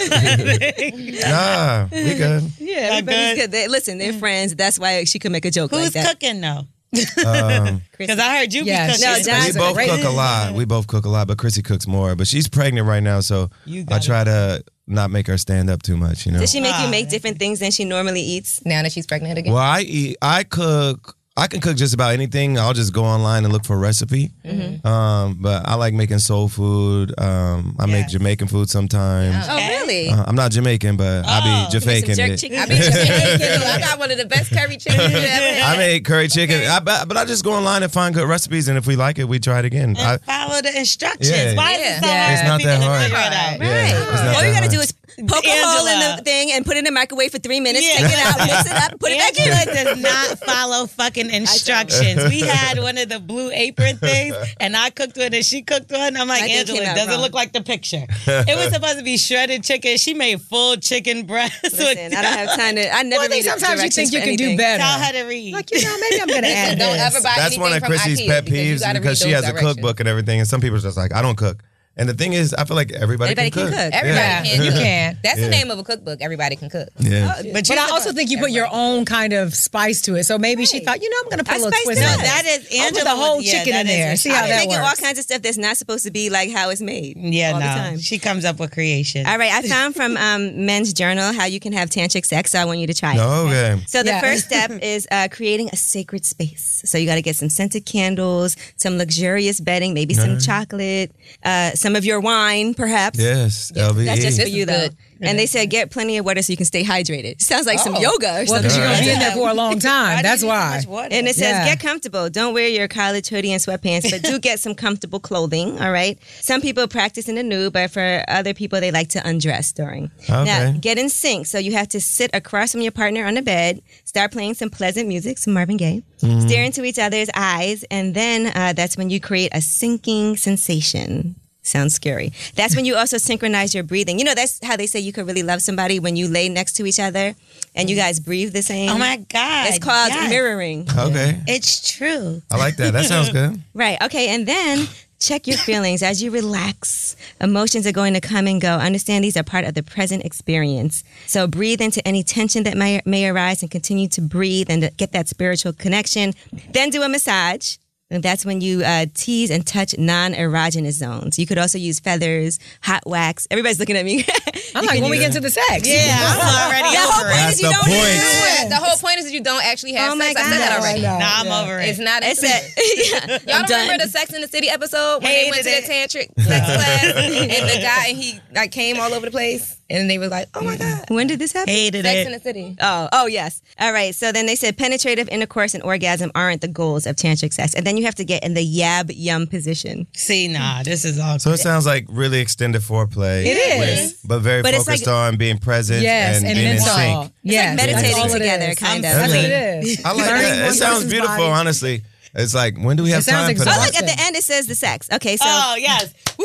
S2: Nah, we good.
S1: yeah, everybody's good. They, listen,
S4: Mm.
S1: they're friends. That's why she could make a joke
S3: Who's
S1: like that.
S3: cooking though?
S2: Um,
S3: Because I heard you
S4: Yeah,
S3: be
S4: she-
S3: cooking.
S1: No, John-
S2: we
S1: That's
S2: both
S4: great.
S2: cook a lot. We both cook a lot, but Chrissy cooks more. But she's pregnant right now, so
S3: You
S2: I
S3: got
S2: try to not make her stand up too much. You know.
S1: Does she make
S3: Ah,
S1: you make different things than she normally eats?
S5: Now that she's pregnant again.
S2: Well, I eat. I cook. I can cook just about anything. I'll just go online and look for a recipe.
S1: Mm-hmm.
S2: Um, but I like making soul food. Um, I make
S3: Yes.
S2: Jamaican food sometimes.
S5: Oh, really?
S2: Uh, I'm not Jamaican, but I be
S3: Oh,
S1: Make some
S2: Jamaican.
S1: jerk
S2: it.
S1: chicken.
S5: I mean, I got one of the best curry chickens you ever
S2: I made curry chicken, I, but but I just go online and find good recipes, and if we like it, we try it again. I,
S3: And follow the instructions.
S2: Yeah.
S3: Why is it
S5: Yeah.
S3: so hard
S2: It's
S3: for
S2: not
S3: people
S2: that
S3: to
S2: hard.
S3: figure it out?
S2: Yeah, it's not
S1: All
S2: that
S1: you gotta
S2: hard.
S1: do is poke a hole in
S3: Angela.
S1: the thing and put it in the microwave for three minutes,
S3: Yeah.
S1: take it out, mix it up, put it back in.
S3: Angela does not follow fucking instructions. We had one of the blue apron things, and I cooked one and she cooked one. I'm like,
S1: I think it
S3: Angela,
S1: came out
S3: doesn't
S1: wrong.
S3: look like the picture. It was supposed to be shredded chicken. She made full chicken breast.
S1: Listen, I don't have time to. I never
S4: Well, I think
S1: read
S4: sometimes you
S1: directions
S4: think you
S1: for
S4: can do
S1: anything.
S4: better.
S3: Tell her to read.
S4: Like you know, maybe I'm gonna add
S5: Don't
S4: this.
S5: ever buy
S2: That's
S5: anything
S2: one of
S5: from
S2: Chrissy's
S5: IKEA
S2: pet
S5: because, you
S2: peeves
S5: gotta read
S2: because she
S5: those
S2: has a
S5: directions.
S2: cookbook and everything, and some people are just like, I don't cook. And the thing is, I feel like everybody,
S1: Everybody can
S2: can, cook.
S1: cook.
S5: Everybody
S2: yeah.
S5: can.
S4: You can.
S5: That's
S2: Yeah.
S5: the name of a cookbook. Everybody can cook.
S2: Yeah.
S4: But, I also think you put your own kind of spice to it. So maybe she thought, you know, I'm gonna put
S1: I
S4: a little
S1: spiced
S4: twist.
S1: it
S4: on
S1: up.
S4: it.
S3: that is
S4: I'll put
S3: Angela.
S4: the whole
S3: would- yeah,
S4: chicken
S3: that
S4: in
S3: is
S4: there.
S3: her
S4: See
S3: shit.
S4: how
S1: I'm
S4: that
S1: making all
S4: works.
S1: kinds of stuff that's not supposed to be like how it's made.
S3: Yeah,
S1: all
S3: no.
S1: the time.
S3: She comes up with creations.
S1: All right, I found from um, Men's Journal how you can have tantric sex. So I want you to try it.
S2: No, Oh, okay.
S1: So the
S4: Yeah.
S1: first step is uh, creating a sacred space. So you got to get some scented candles, some luxurious bedding, maybe some chocolate, uh, some of your wine, perhaps.
S2: Yes. E. LVE.
S1: That's just for
S5: This
S1: you
S5: is
S1: though.
S5: good.
S1: And they said get plenty of water so you can stay hydrated. Sounds like some
S5: Oh.
S1: yoga or
S4: Well,
S1: something.
S4: because you're gonna be in
S3: Yeah.
S4: there for a long time. That's why.
S1: And it says,
S4: Yeah.
S1: get comfortable. Don't wear your college hoodie and sweatpants, but do get some comfortable clothing. All right. Some people practice in the nude, but for other people, they like to undress during. Now,
S2: Okay.
S1: get in sync. So you have to sit across from your partner on the bed, start playing some pleasant music, some Marvin Gaye,
S3: Mm-hmm.
S1: stare into each other's eyes, and then uh, that's when you create a sinking sensation. Sounds scary. That's when you also synchronize your breathing. You know, that's how they say you could really love somebody when you lay next to each other and you guys breathe the same.
S3: Mm-hmm. Oh my God.
S1: It's called
S3: yes.
S1: mirroring.
S2: Okay.
S3: It's true.
S2: I like that. That sounds good.
S1: Right. Okay. And then check your feelings as you relax. Emotions are going to come and go. Understand these are part of the present experience. So breathe into any tension that may, may arise and continue to breathe and get that spiritual connection. Then do a massage. And that's when you uh, tease and touch non-erogenous zones. You could also use feathers, hot wax. Everybody's looking at me.
S4: I'm like, when we get into the sex.
S3: Yeah, I'm already
S1: The
S3: over
S1: whole
S3: it.
S1: point
S2: That's
S1: is you
S2: the
S1: don't
S2: point.
S1: do it.
S5: The whole point is that you don't actually have
S1: Oh my
S5: sex. I said that
S1: God.
S5: already.
S4: No.
S3: Nah, I'm over it.
S5: It's not a
S1: It's
S5: secret.
S1: a, yeah,
S5: Y'all
S1: I'm
S5: don't
S1: done.
S5: remember the Sex in the City episode when they went to
S3: Hated
S5: the tantric sex class and the guy and he like came all over the place and they were like, oh my god,
S1: When did this happen?
S3: Hated
S5: Sex in
S3: it.
S5: the City.
S1: Oh, oh yes. All right. So then they said penetrative intercourse and orgasm aren't the goals of tantric sex, and then you have to get in the yab yum position.
S3: See, nah, this is all.
S2: So it sounds like really extended foreplay. It
S4: is.
S2: but very
S1: But it's
S2: focused
S1: like-
S2: on being present
S4: Yes,
S2: and,
S4: and
S2: being in
S4: mental.
S2: sync.
S4: yes.
S1: like meditating
S4: that's all it
S1: together,
S4: is.
S1: kind
S3: I'm
S1: of.
S4: That's what
S3: Really?
S4: it is.
S2: I like
S4: Learning
S2: that. It
S4: one
S2: sounds
S4: person's
S2: beautiful,
S4: body.
S2: honestly. It's like, when do we have
S4: sounds
S2: time for
S1: Oh,
S4: exhausting.
S2: that?
S1: look at the end. It says the sex. Okay, so
S3: Oh yes. Woo!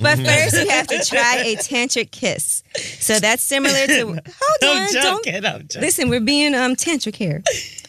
S1: but first you have to try a tantric kiss. So that's similar to. Hold
S3: I'm
S1: on. Don't
S3: joking. I'm joking.
S1: Listen, we're being um, tantric here.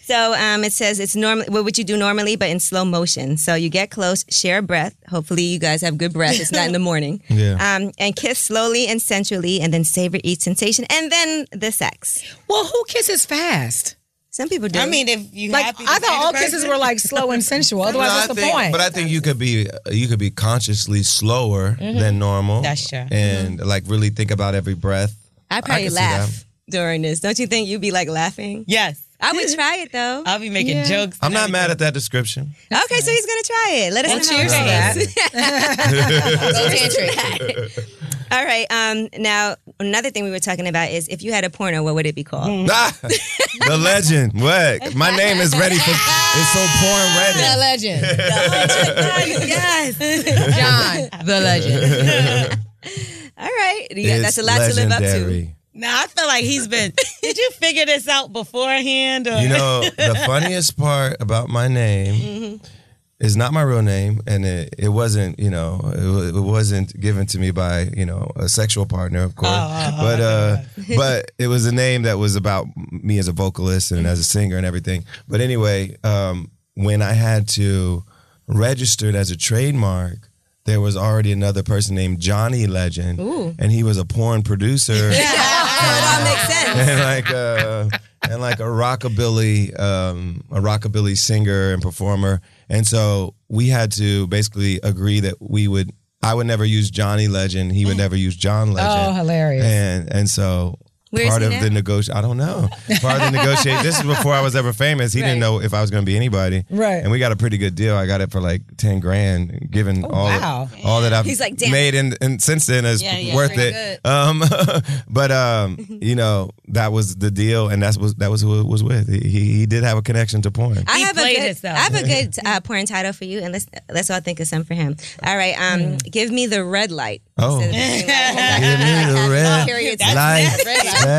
S1: So um, it says it's normally what would you do normally, but in slow motion. So you get close, share a breath. Hopefully, you guys have good breath. It's not in the morning.
S2: Yeah.
S1: Um, and kiss slowly and sensually, and then savor each sensation, and then the sex.
S4: Well, who kisses fast?
S1: Some people do.
S3: I mean, if you
S4: Like
S3: happy to
S4: I
S3: see the
S4: thought all
S3: person-
S4: kisses were like slow and sensual. Otherwise,
S2: No, I
S4: what's the
S2: think-
S4: point?
S2: But I think you could be you could be consciously slower
S1: Mm-hmm.
S2: than normal.
S3: That's true.
S2: And like really think about every breath.
S1: I
S2: I
S1: probably
S2: can see
S1: laugh during this. Don't you think you'd be like laughing?
S3: Yes,
S1: I would try it though.
S3: I'll be making
S4: Yeah.
S3: jokes.
S2: I'm not mad at that description.
S1: okay, so he's gonna try it. Let us
S4: Well,
S1: know. how it
S4: cheers
S1: goes.
S4: to that.
S5: Go tantric.
S1: All right. Um. Now, another thing we were talking about is if you had a porno, what would it be called?
S2: Ah, the legend. What? My name is ready for it's so porn
S5: The
S2: ready.
S5: legend.
S1: yes.
S5: John, the legend.
S1: All right. Yeah, that's
S2: It's
S1: a lot to live up to.
S2: legendary.
S3: Now I feel like he's been. did you figure this out beforehand? Or
S2: You know, the funniest part about my name is not my real name, and it, it wasn't, you know, it, wa- it wasn't given to me by, you know, a sexual partner, of course. but uh, but it was a name that was about me as a vocalist and as a singer and everything. But anyway, um, when I had to register it as a trademark. There was already another person named Johnny Legend, and he was a porn producer.
S1: Oh, it all makes sense.
S2: and like uh and like a rockabilly um a rockabilly singer and performer and so we had to basically agree that we would I would never use Johnny Legend he would never use John Legend
S4: Oh, hilarious.
S2: and and so
S1: Where is
S2: part
S1: he
S2: of
S1: now?
S2: the negotiation I don't know part of the negotiation this is before I was ever famous he didn't
S1: Right.
S2: know if I was going to be anybody
S4: Right.
S2: and we got a pretty good deal I got it for like 10 grand given all
S4: wow.
S2: that, all that I've
S1: Oh, He's like, "Damn it."
S2: made and, and since then is
S3: Yeah, yeah.
S2: worth it um, but um, you know that was the deal, and that's was that was who it was with. He, he he did have a connection to porn.
S1: I
S3: He
S1: have, a
S3: played
S1: good,
S3: himself.
S1: I have a good uh, porn title for you, and let's let's all think of some for him. All right, um, give me the red light.
S2: Oh.
S1: Instead of the green light.
S2: Give me the red
S1: Period.
S2: light, special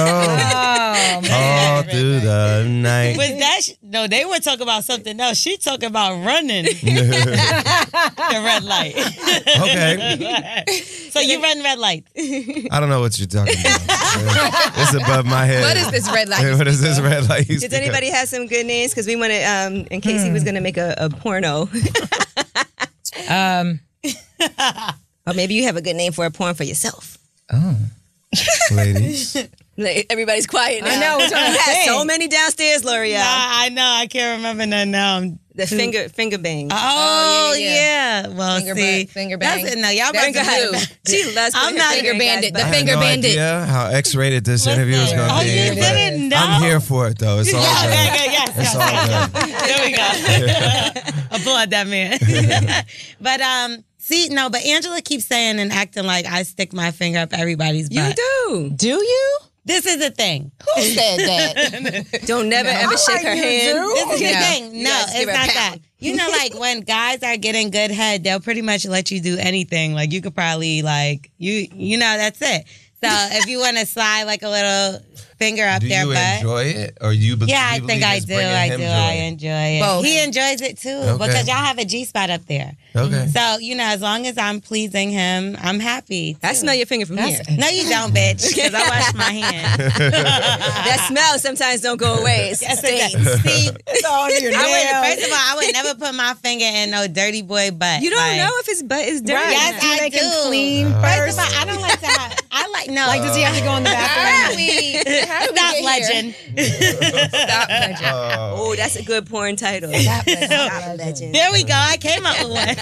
S4: Oh,
S2: all through the night.
S3: was that sh- no? They were talking about something else. She talking about running the red light.
S2: Okay,
S3: so you run red light.
S2: I don't know what you're talking about. it's above my head.
S5: What is this red
S2: Hey,
S5: light?
S2: what is this red light? you
S1: Does
S2: speak of?
S1: anybody have some good names? Because we want to, um, in case he was going to make a, a porno,
S4: um,
S1: or maybe you have a good name for a porn for yourself.
S2: ladies?
S1: Like, everybody's quiet now.
S4: I know, that's what I'm
S1: You had so
S4: saying.
S1: many downstairs, L'Oreal.
S3: I, I know. I can't remember none now. I'm-
S1: The finger finger bang.
S3: Oh, yeah,
S5: yeah,
S3: Well,
S5: Finger
S3: see,
S5: butt, finger
S3: that's
S5: bang.
S3: it. Now y'all
S5: That's
S3: bring
S5: a
S3: her
S5: new.
S1: she loves.
S3: I'm
S1: putting
S3: not
S1: her
S5: Finger
S1: in guys'
S5: bandit.
S1: butt.
S5: The
S2: I had
S5: finger
S2: no
S5: bandit.
S2: idea how X-rated this interview was going
S3: Oh,
S2: to be.
S3: you
S2: but
S3: didn't know?
S2: I'm here for it though. It's all
S3: Yeah,
S2: good.
S3: yeah, yeah, yes,
S2: It's
S3: yes,
S2: all good.
S3: There we go. Applaud that man. but um, see, no, but Angela keeps saying and acting like I stick my finger up everybody's butt.
S1: You do.
S4: do you?
S3: This is the thing.
S5: Who said that?
S1: Don't never ever shake her hand.
S3: This is
S5: Yeah.
S3: the thing.
S1: You
S3: No,
S1: guys
S3: it's
S1: give her a
S3: not that.
S1: pound.
S3: You know, like when guys are getting good head, they'll pretty much let you do anything. Like you could probably like you you know that's it. So if you want to slide like a little finger up
S2: Do
S3: their
S2: you
S3: butt.
S2: enjoy it, or you? Be-
S3: yeah, I
S2: you
S3: think
S2: believe
S3: I
S2: it's
S3: do.
S2: bringing
S3: I
S2: him
S3: do.
S2: joy?
S3: I enjoy it.
S5: Both.
S3: He enjoys it too
S2: Okay.
S3: because y'all have a G spot up there.
S2: Okay.
S3: So you know, as long as I'm pleasing him, I'm happy.
S1: I smell your finger from here.
S3: No, you don't, bitch. Because I wash my hands.
S1: That smell sometimes don't go away. It stays.
S3: See, I would,
S4: nails.
S3: first of all, I would never put my finger in no dirty boy butt.
S1: You don't
S3: Like,
S1: know if his butt is dirty.
S3: Right.
S1: or
S3: Yes,
S1: not.
S3: I
S4: Make him
S3: do.
S4: clean
S3: First
S4: first.
S3: of all, I don't like to have. I like no.
S4: Like, does he have to go in the bathroom?
S5: Apparently, How did we
S3: Stop
S5: get here?
S3: legend.
S5: Stop legend.
S1: Oh, that's a good porn title.
S5: Stop legend.
S1: Stop legend.
S3: There we go. I came up with one.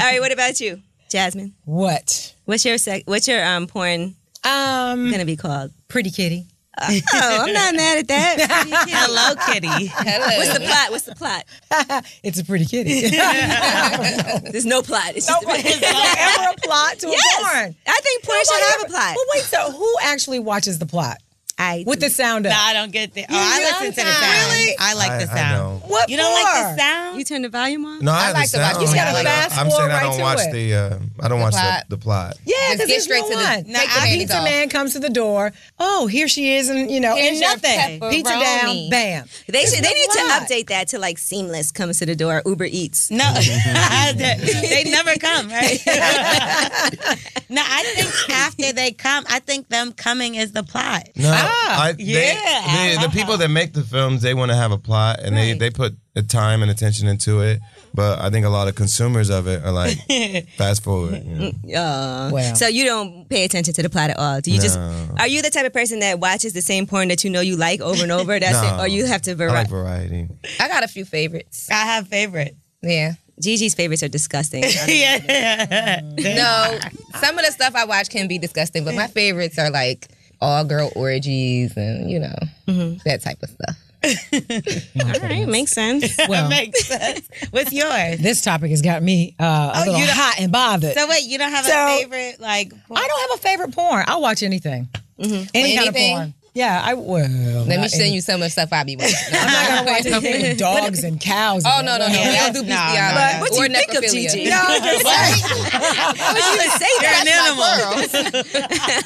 S1: All right, what about you, Jasmine?
S4: What?
S1: What's your sec- what's your um porn
S4: Um,
S1: gonna be called?
S4: Pretty Kitty.
S1: Oh, I'm not mad at that.
S3: Hello, kitty.
S5: Hello.
S1: What's the plot? What's the plot?
S4: It's a Pretty Kitty.
S1: There's no plot. It's just
S4: Nobody- Is there ever a plot to
S1: Yes.
S4: a porn?
S1: I think porn should
S4: Nobody
S1: have
S4: ever-
S1: a plot.
S4: Well, wait. So who actually watches the plot
S1: I
S4: with the sound of?
S3: No, I don't get the. Oh, I
S4: don't
S3: listen to the
S4: know.
S3: sound.
S4: Really?
S3: I like the
S2: I- I
S3: sound.
S2: don't.
S4: What
S3: you don't like
S4: for?
S3: the sound?
S1: you turn the volume on.
S2: No, I, have
S5: like
S2: the
S5: the
S2: sound.
S5: vibe. You just gotta
S2: but
S4: fast
S2: I'm saying
S4: forward
S2: I don't
S4: right to
S2: watch
S4: it.
S2: the. Uh, I don't watch the,
S5: plot.
S2: the plot.
S4: Yeah,
S5: Just
S4: because
S5: get
S4: there's
S5: straight
S4: no
S5: to the-
S4: line.
S5: take
S4: Now,
S5: the
S4: our
S5: panties
S4: pizza
S5: off.
S4: man comes to the door. Oh, here she is, and you know,
S5: Here's
S4: and
S5: your
S4: nothing. Pizza down,
S5: pepperoni.
S4: bam.
S1: They should. They
S4: no
S1: need to
S4: plot.
S1: update that to like seamless comes to the door. Uber Eats.
S3: No, they never come, right? no, I think after they come, I think them coming is the plot.
S2: No, I, they,
S3: yeah.
S2: they- the people that make the films they want to have a plot and
S5: Right.
S2: they they put the time and attention into it. But I think a lot of consumers of it are like fast forward. you know.
S1: Uh,
S4: Wow.
S1: So you don't pay attention to the plot at all. Do you just?
S2: No.
S1: Are you the type of person that watches the same porn that you know you like over and over? That's
S2: No.
S1: it. Or you have to
S2: I like
S1: variety.
S2: variety.
S5: I got a few favorites.
S3: I have favorites.
S5: Yeah.
S1: Gigi's favorites are disgusting.
S3: yeah.
S5: No, some of the stuff I watch can be disgusting, but my favorites are like all girl orgies and, you know, that type of stuff.
S1: all right, makes sense.
S3: What makes sense? What's yours?
S4: This topic has got me uh, a little
S3: you don't-
S4: hot and bothered.
S3: So wait, you don't have
S4: So-
S3: a favorite like
S4: I don't have a favorite porn. I'll watch anything. Any kind of
S5: Anything?
S4: porn. Yeah, I well.
S5: Let me send you some of the stuff I be watching.
S4: I'm not gonna watch anything with dogs and cows.
S5: Oh
S4: in
S5: no
S4: it.
S5: no no!
S3: Yeah.
S5: We don't do
S3: No,
S5: bestiality
S3: no,
S1: What do
S5: or
S1: you think of
S5: necrophilia.
S1: Gigi?
S4: No, I'm just saying.
S5: That's my
S3: animal.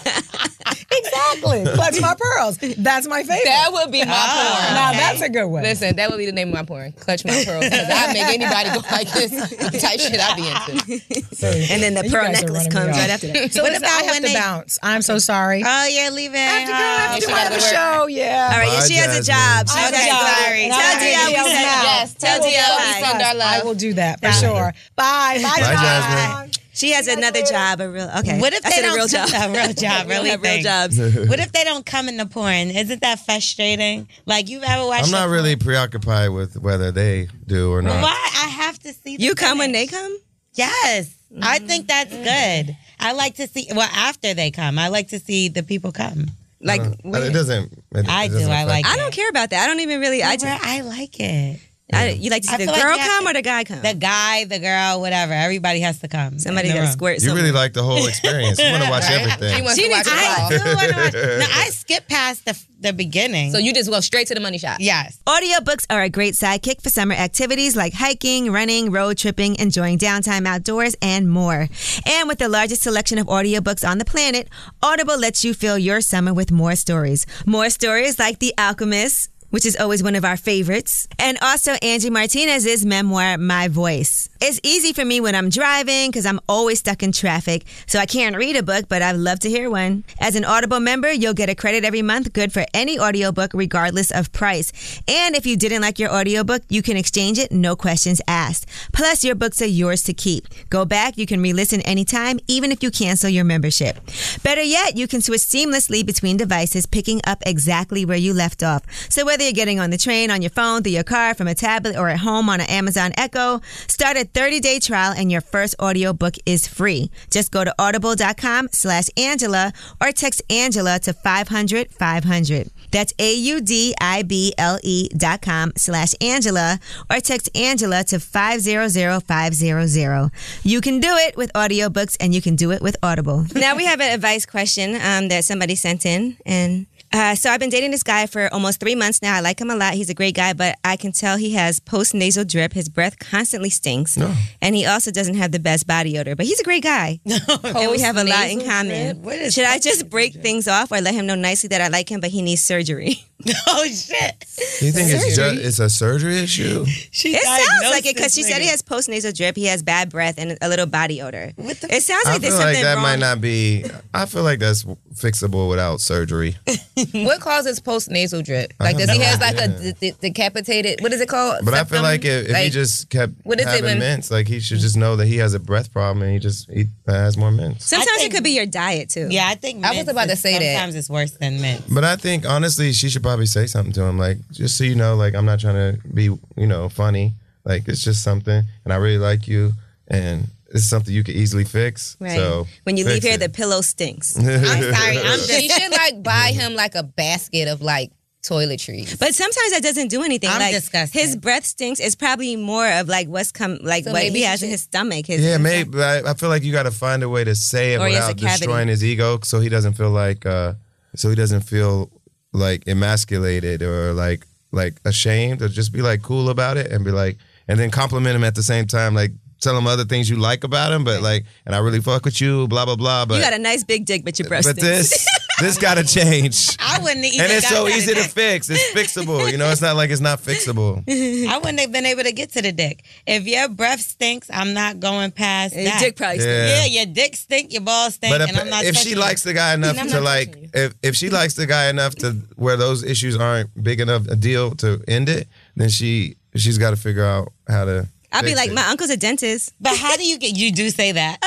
S5: pearls.
S4: exactly. Clutch my pearls. That's my favorite.
S5: That would be my porn.
S4: now Ah. that's a good one.
S5: Listen, that would be the name of my porn. Clutch my pearls. Because I make anybody go like this with the type shit I be into.
S1: And then the
S4: You
S1: pearl
S4: guys are
S1: necklace
S4: running me
S1: comes
S4: off.
S1: right after that.
S4: So
S3: What
S4: listen,
S3: about
S4: I have
S3: when
S4: to
S3: they-
S4: bounce. I'm so sorry.
S3: Oh, you're leaving.
S4: I have to go. I have to
S5: she
S4: go. I Uh, have
S5: gotta
S4: a
S5: work.
S4: show. Yeah.
S1: All right, yeah, she has a
S2: Bye, Jasmine.
S1: job. She
S4: I have
S1: has
S4: a
S1: a
S4: job.
S1: job. Tell
S4: And I'm
S1: Dia
S4: ready
S1: we
S4: to
S1: said
S4: go.
S5: Yes, tell
S1: Tell
S5: DL
S1: DL
S5: we send our
S4: I
S5: love.
S4: will do that for sure. Bye. Bye.
S2: Bye, Jasmine.
S1: She has another job. A real okay.
S3: What if
S1: I
S3: they
S1: said
S3: don't
S1: a real
S3: come-
S1: job?
S3: a real job,
S1: We don't
S3: really
S1: have real
S3: thing.
S1: jobs.
S3: What if they don't come in the porn? Isn't that frustrating? Like you've ever watched?
S2: I'm
S3: a
S2: not
S3: porn-
S2: really preoccupied with whether they do or not.
S3: Why I have to see? the
S1: You come when
S3: finish.
S1: they come. Mm.
S3: Yes, I think that's good. I like to see. Well, after they come, I like to see the people come.
S1: Like
S2: But Uh, it doesn't. It,
S3: I
S2: it
S3: do,
S2: doesn't
S3: I
S2: affect
S3: like
S2: me.
S1: I don't care about that. I don't even really. I
S3: Bro,
S1: just.
S3: I like it.
S1: I, you like to see
S3: I
S1: the
S3: feel like
S1: girl
S3: you have
S1: come
S3: to-
S1: or the guy come?
S3: The guy, the girl, whatever. Everybody has to come.
S1: Somebody
S3: in the
S1: got to
S3: room.
S1: squirt.
S2: You
S1: something.
S2: really like the whole experience. You want to watch
S5: She
S2: everything.
S5: wants to watch it
S3: I
S5: all.
S3: do want to watch. No, I skip past the the beginning.
S5: So you just go straight to the money shot.
S3: yes.
S6: Audiobooks are a great sidekick for summer activities like hiking, running, road tripping, enjoying downtime outdoors, and more. And with the largest selection of audiobooks on the planet, Audible lets you fill your summer with more stories. More stories like The Alchemist, which is always one of our favorites, and also Angie Martinez's memoir, My Voice. It's easy for me when I'm driving because I'm always stuck in traffic, so I can't read a book, but I'd love to hear one. As an Audible member, you'll get a credit every month good for any audiobook, regardless of price. And if you didn't like your audiobook, you can exchange it, no questions asked. Plus, your books are yours to keep. Go back, you can re listen anytime, even if you cancel your membership. Better yet, you can switch seamlessly between devices, picking up exactly where you left off. So, whether you're getting on the train, on your phone, through your car, from a tablet, or at home on an Amazon Echo, start a 30-day trial and your first audiobook is free. Just go to audible.com slash Angela or text Angela to 500 500. That's A-U-D-I-B-L-E E dot com slash Angela or text Angela to 500 500. You can do it with audiobooks and you can do it with Audible.
S1: now we have an advice question um, that somebody sent in and uh, so i've been dating this guy for almost three months now i like him a lot he's a great guy but i can tell he has post-nasal drip his breath constantly stinks and he also doesn't have the best body odor but he's a great guy and we have a lot in
S5: Post-nasal
S1: common should i just break things off or let him know nicely that i like him but he needs surgery
S3: oh shit.
S2: You think it's
S5: Surgery?
S2: just it's a surgery issue?
S3: She
S1: It sounds
S3: diagnosed
S1: like it because
S3: this
S1: she said he
S3: nigga.
S1: has postnasal drip, he has bad breath, and a little body odor.
S3: What the
S1: It sounds like
S2: I
S1: there's
S2: feel like
S1: something
S2: that
S1: wrong.
S2: might not be. I feel like that's fixable without surgery.
S5: What causes post nasal drip?
S2: I
S5: Like, does
S2: have
S5: he
S2: Mm-hmm. Uh-huh. no
S5: has like a
S2: idea.
S5: de- de- decapitated? What is it called?
S2: But I feel
S5: Septum?
S2: like if, if he just kept
S5: What is it
S2: having
S5: when-
S2: mints, like he should just know that he has a breath problem and he just he has more mints.
S1: Sometimes
S3: I think-
S1: it could be your diet too.
S3: Yeah, I think
S5: I was
S3: mints
S5: about to
S3: is-
S5: say that.
S3: Sometimes it's worse than mint.
S2: But I think honestly, she should probably say something to him, like just so you know, like I'm not trying to be you know funny, like it's just something, and I really like you, and it's something you could easily fix.
S1: Right.
S2: So
S1: when you leave
S2: fix
S1: here, the
S2: it.
S1: pillow stinks.
S3: I'm sorry.
S2: uh,
S3: I'm
S5: she
S3: just.
S5: should like buy
S2: Mm-hmm.
S5: him like a basket of like toiletries.
S1: But sometimes that doesn't do anything.
S3: I'm
S1: like
S3: disgusted.
S1: his breath stinks. It's probably more of like what's come, like
S5: So
S1: what he
S5: maybe she
S1: has in
S5: should-
S1: his stomach. His
S2: yeah, maybe. But I, I feel like you got to find a way to say it
S1: Or he has a
S2: without
S1: cavity.
S2: destroying his ego, so he doesn't feel like, uh, so he doesn't feel like emasculated or like like ashamed, or just be like cool about it and be like, and then compliment him at the same time, like tell him other things you like about him, but like, and I really fuck with you, blah blah blah. But
S1: You got a nice big dick, but your breath
S2: but
S1: stinks.
S2: this this got to change.
S3: I wouldn't have even
S2: And it's
S3: got
S2: so
S3: that
S2: easy to
S3: dick.
S2: fix. It's fixable. You know, it's not like it's not fixable.
S3: I wouldn't have been able to get to the dick. If your breath stinks, I'm not going past
S1: your
S3: that.
S1: dick probably stinks.
S3: yeah.
S2: Yeah.
S3: your dick stink, your balls stink,
S2: But
S3: and I'm not
S2: if, if
S3: touching
S2: she
S3: you.
S2: likes the guy enough
S5: I'm
S2: to
S5: not
S2: like,
S5: touching you.
S2: if, if she likes the guy enough to where those issues aren't big enough a deal to end it, then she she's got to figure out how to.
S1: I'll be
S2: fix
S1: like,
S2: it.
S1: my uncle's a dentist.
S3: But how do you get? You do say that.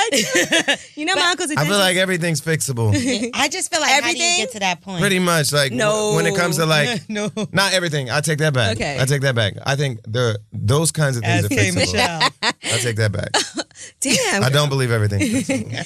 S1: You know, my uncle's a
S2: I
S1: dentist.
S2: feel like everything's fixable.
S3: I just feel like how do
S1: Everything?
S3: you get to that point?
S2: Pretty much, like w-
S1: No.
S2: when it comes to like,
S3: no.
S2: not everything. I take that back.
S1: Okay.
S2: I take that back. I think the those kinds of things are
S3: Okay,
S2: fixable.
S3: Michelle.
S2: I take that back.
S1: Damn.
S2: I don't believe everything.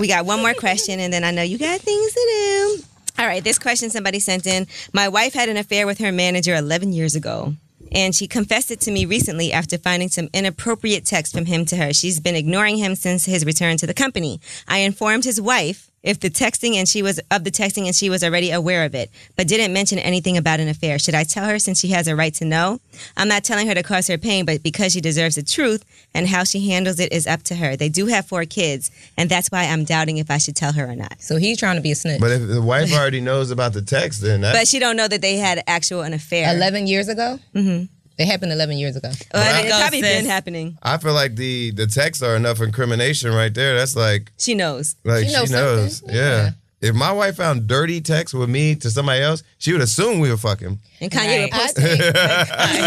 S1: We got one more question, and then I know you got things to do. All right, this question somebody sent in. My wife had an affair with her manager 11 years ago, and she confessed it to me recently after finding some inappropriate text from him to her. She's been ignoring him since his return to the company. I informed his wife if the texting and she was of the texting and she was already aware of it, but didn't mention anything about an affair. Should I tell her since she has a right to know? I'm not telling her to cause her pain, but because she deserves the truth and how she handles it is up to her. They do have four kids, and that's why I'm doubting if I should tell her or not.
S5: So he's trying to be a snitch.
S2: but if the wife already knows about the text, then that,
S1: But she don't know that they had actual an affair.
S5: eleven years ago. Mm-hmm. It happened eleven years ago.
S1: Well, I mean,
S2: Right.
S1: it probably
S3: Go, sis.
S1: been happening.
S2: I feel like the the texts are enough incrimination right there. That's like
S1: She knows.
S2: Like
S5: She
S2: she knows.
S5: knows something.
S2: Yeah. If my wife found dirty text with me to somebody else, she would assume we were fucking.
S1: And Kanye would
S5: I
S1: post
S5: think,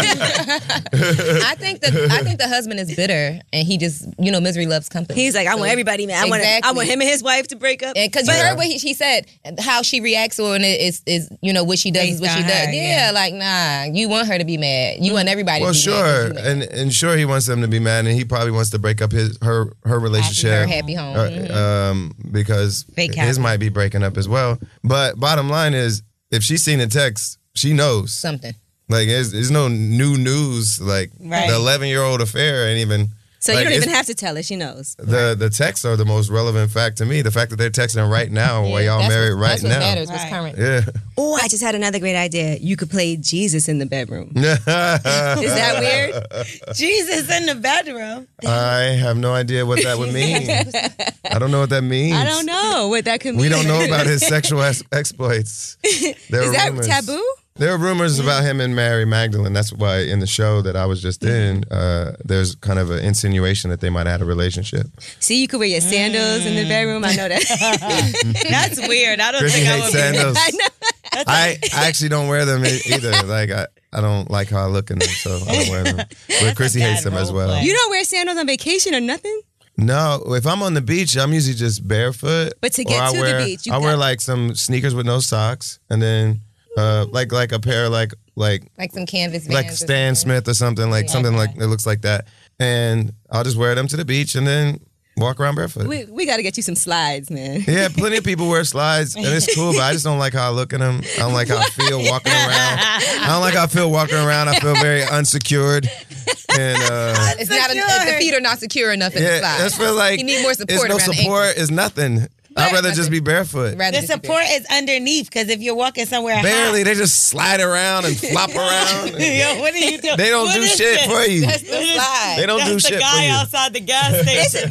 S5: I think the I think the husband is bitter and he just you know misery loves company.
S1: He's like, I want everybody, man. I want, I
S5: Exactly.
S1: want him and his wife to break up.
S5: because you heard what he, she said, how she reacts on it is is you know what she does is what
S3: Based
S5: she
S3: on
S5: does.
S3: her,
S5: yeah, like nah, you want her to be mad. You want everybody.
S2: Well,
S5: to be
S2: sure,
S5: Mad 'cause you
S2: and
S5: mad.
S2: and sure he wants them to be mad, and he probably wants to break up his her her
S5: her
S2: relationship,
S5: happy home. Mm-hmm.
S2: uh, um, because
S3: Big
S2: his
S3: happy.
S2: might be breaking up as well. But bottom line is, if she's seen the text, she knows.
S5: Something.
S2: Like, there's, there's no new news. Like
S3: Right.
S2: the 11 year old affair ain't even.
S1: so
S2: like,
S1: you don't
S2: it's-
S1: even have to tell her. She knows.
S2: the the texts are the most relevant fact to me. The fact that they're texting right now while y'all
S5: That's
S2: married
S5: what,
S2: right
S5: that's
S2: now.
S5: What matters. What's
S3: Right.
S5: current.
S2: Yeah.
S1: Oh, I just had another great idea. You could play Jesus in the bedroom. Is that
S2: Uh,
S1: weird?
S3: Jesus in the bedroom.
S2: I have no idea what that would mean. I don't know what that means.
S1: I don't know what that could mean.
S2: We don't know about his sexual ex- exploits. There
S1: Is
S2: are
S1: that
S2: rumors.
S1: taboo?
S2: There are rumors about him and Mary Magdalene. That's why in the show that I was just in, uh, there's kind of an insinuation that they might have had a relationship.
S1: See, you could wear your sandals
S2: Mm.
S1: in the bedroom. I know that.
S3: That's weird. I don't
S2: Chrissy
S3: think I
S2: hates
S3: would. Be,
S2: sandals.
S1: I know.
S2: I, I actually don't wear them e- either. Like I, I don't like how I look in them, so I don't wear them. But Chrissy hates
S3: bad
S2: them as
S3: role
S2: well.
S3: play.
S1: You don't wear sandals on vacation or nothing.
S2: No, if I'm on the beach, I'm usually just barefoot.
S1: But to
S2: Or
S1: get
S2: I
S1: to the
S2: wear,
S1: beach, you
S2: I wear
S1: got-
S2: like some sneakers with no socks, and then uh, like like a pair of like like
S5: Like some canvas.
S2: like
S5: vans or
S2: Stan
S5: something.
S2: Smith or something like something like that looks like that, and I'll just wear them to the beach and then walk around barefoot.
S1: We we got to get you some slides, man.
S2: yeah, plenty of people wear slides and it's cool, but I just don't like how I look in them. I don't like how I feel walking around. I don't like how I feel walking around. I feel very unsecured. And uh,
S5: It's not. en- the feet are not secure enough in
S2: yeah,
S5: the slide.
S2: I just feel like
S5: You need more support
S2: It's no
S5: around the
S2: support. It's nothing. I'd rather just be barefoot.
S5: Rather
S3: The
S5: just be
S3: support is underneath because if you're walking somewhere
S2: Barely.
S3: high,
S2: They just slide around and flop around. they
S3: yo, what are you doing?
S2: don't
S3: What
S2: do
S3: is
S2: shit
S3: this?
S2: for you.
S3: What is-
S2: They don't
S3: That's
S2: do
S3: the
S2: shit
S3: guy
S2: for you.
S3: outside the gas station.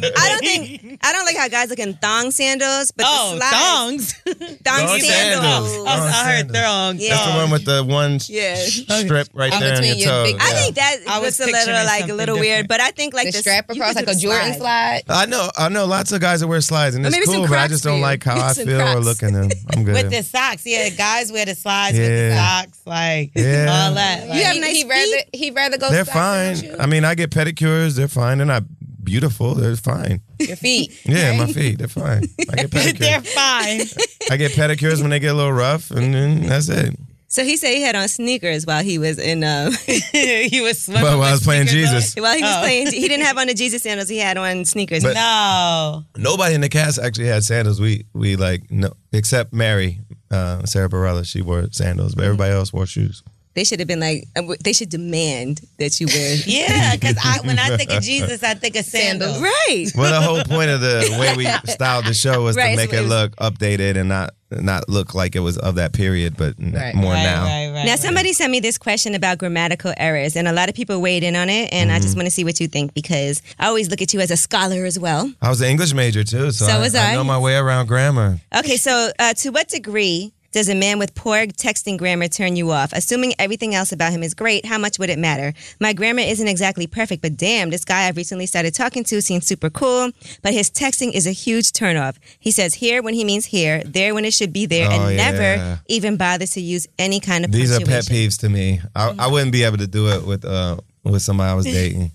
S1: Listen, I don't think I don't like how guys look in thong sandals, but
S3: Oh,
S1: the slides,
S3: thongs.
S1: thong,
S2: Thong
S1: sandals.
S2: sandals.
S3: I,
S2: Thong
S3: I heard
S2: sandals.
S3: thongs.
S1: Yeah.
S2: That's the one with the one sh-
S1: Yeah.
S2: sh- strip right
S5: In
S2: there on your
S5: between your
S2: toe.
S5: big-
S1: I think that
S3: I was
S1: was a little
S3: picturing
S1: like a
S3: something
S1: little
S3: different.
S1: weird, but I think like
S5: the
S1: this-
S5: strap
S1: you
S5: across
S1: could
S5: like a
S1: do the
S5: Jordan slide.
S2: I know, I know. Lots of guys that wear slides, and
S1: Or
S2: it's
S1: maybe some
S2: cool. But I
S1: Crocs
S2: just don't
S1: for you.
S2: like how I
S5: Some
S2: feel or
S5: Crocs.
S2: look in them. I'm good.
S3: With the socks. Yeah, guys wear the slides with the
S2: Yeah.
S3: socks, like
S2: Yeah.
S3: all that. Like,
S1: You have
S5: he,
S1: nice
S5: he rather he rather go.
S2: they're
S5: socks
S2: fine. I mean, I get pedicures. They're fine. They're not beautiful. They're fine.
S5: than Your feet.
S2: Yeah, my feet. They're fine. I get
S3: they're
S2: pedicures.
S3: fine.
S2: I get pedicures when they get a little rough, and then that's it.
S1: So he said he had on sneakers while he was in uh,
S3: he was swimming.
S2: But while I
S3: with
S2: was playing
S3: sneakers
S2: Jesus,
S1: while he was
S3: Oh.
S1: playing. He didn't have on the Jesus sandals. He had on sneakers.
S2: But-
S1: No.
S3: on.
S2: nobody in the cast actually had sandals. We we like no, except Mary, uh, Sarah Bareilles. She wore sandals,
S1: Mm-hmm.
S2: but everybody else wore shoes.
S1: they should have been like. uh, They should demand that you wear.
S3: No. Yeah, because I, when I think of Jesus, I think of sandals.
S5: Sandals.
S1: Right.
S2: Well, the whole point of the way we styled the show was to
S1: Right,
S2: make
S1: so it
S2: it
S1: was-
S2: look updated and not not look like it was of that period, but n-
S5: Right.
S2: more
S3: Right,
S2: now.
S3: right, right,
S1: Now,
S3: right.
S1: somebody sent me this question about grammatical errors, and a lot of people weighed in on it, and I just want to see what you think because I always look at you as a scholar as well.
S2: I was an English major too, so,
S1: So
S2: I,
S1: was
S2: I
S1: I.
S2: know my way around grammar.
S1: Okay, so uh, to what degree does a man with poor texting grammar turn you off? Assuming everything else about him is great, how much would it matter? My grammar isn't exactly perfect, but damn, this guy I've recently started talking to seems super cool, but his texting is a huge turnoff. He says here when he means here, there when it should be there,
S2: Oh,
S1: and
S2: yeah.
S1: never even bothers to use any kind of
S2: These are pet
S1: punctuation.
S2: peeves to me. I, I
S1: Mm-hmm.
S2: wouldn't be able to do it with uh with somebody I was dating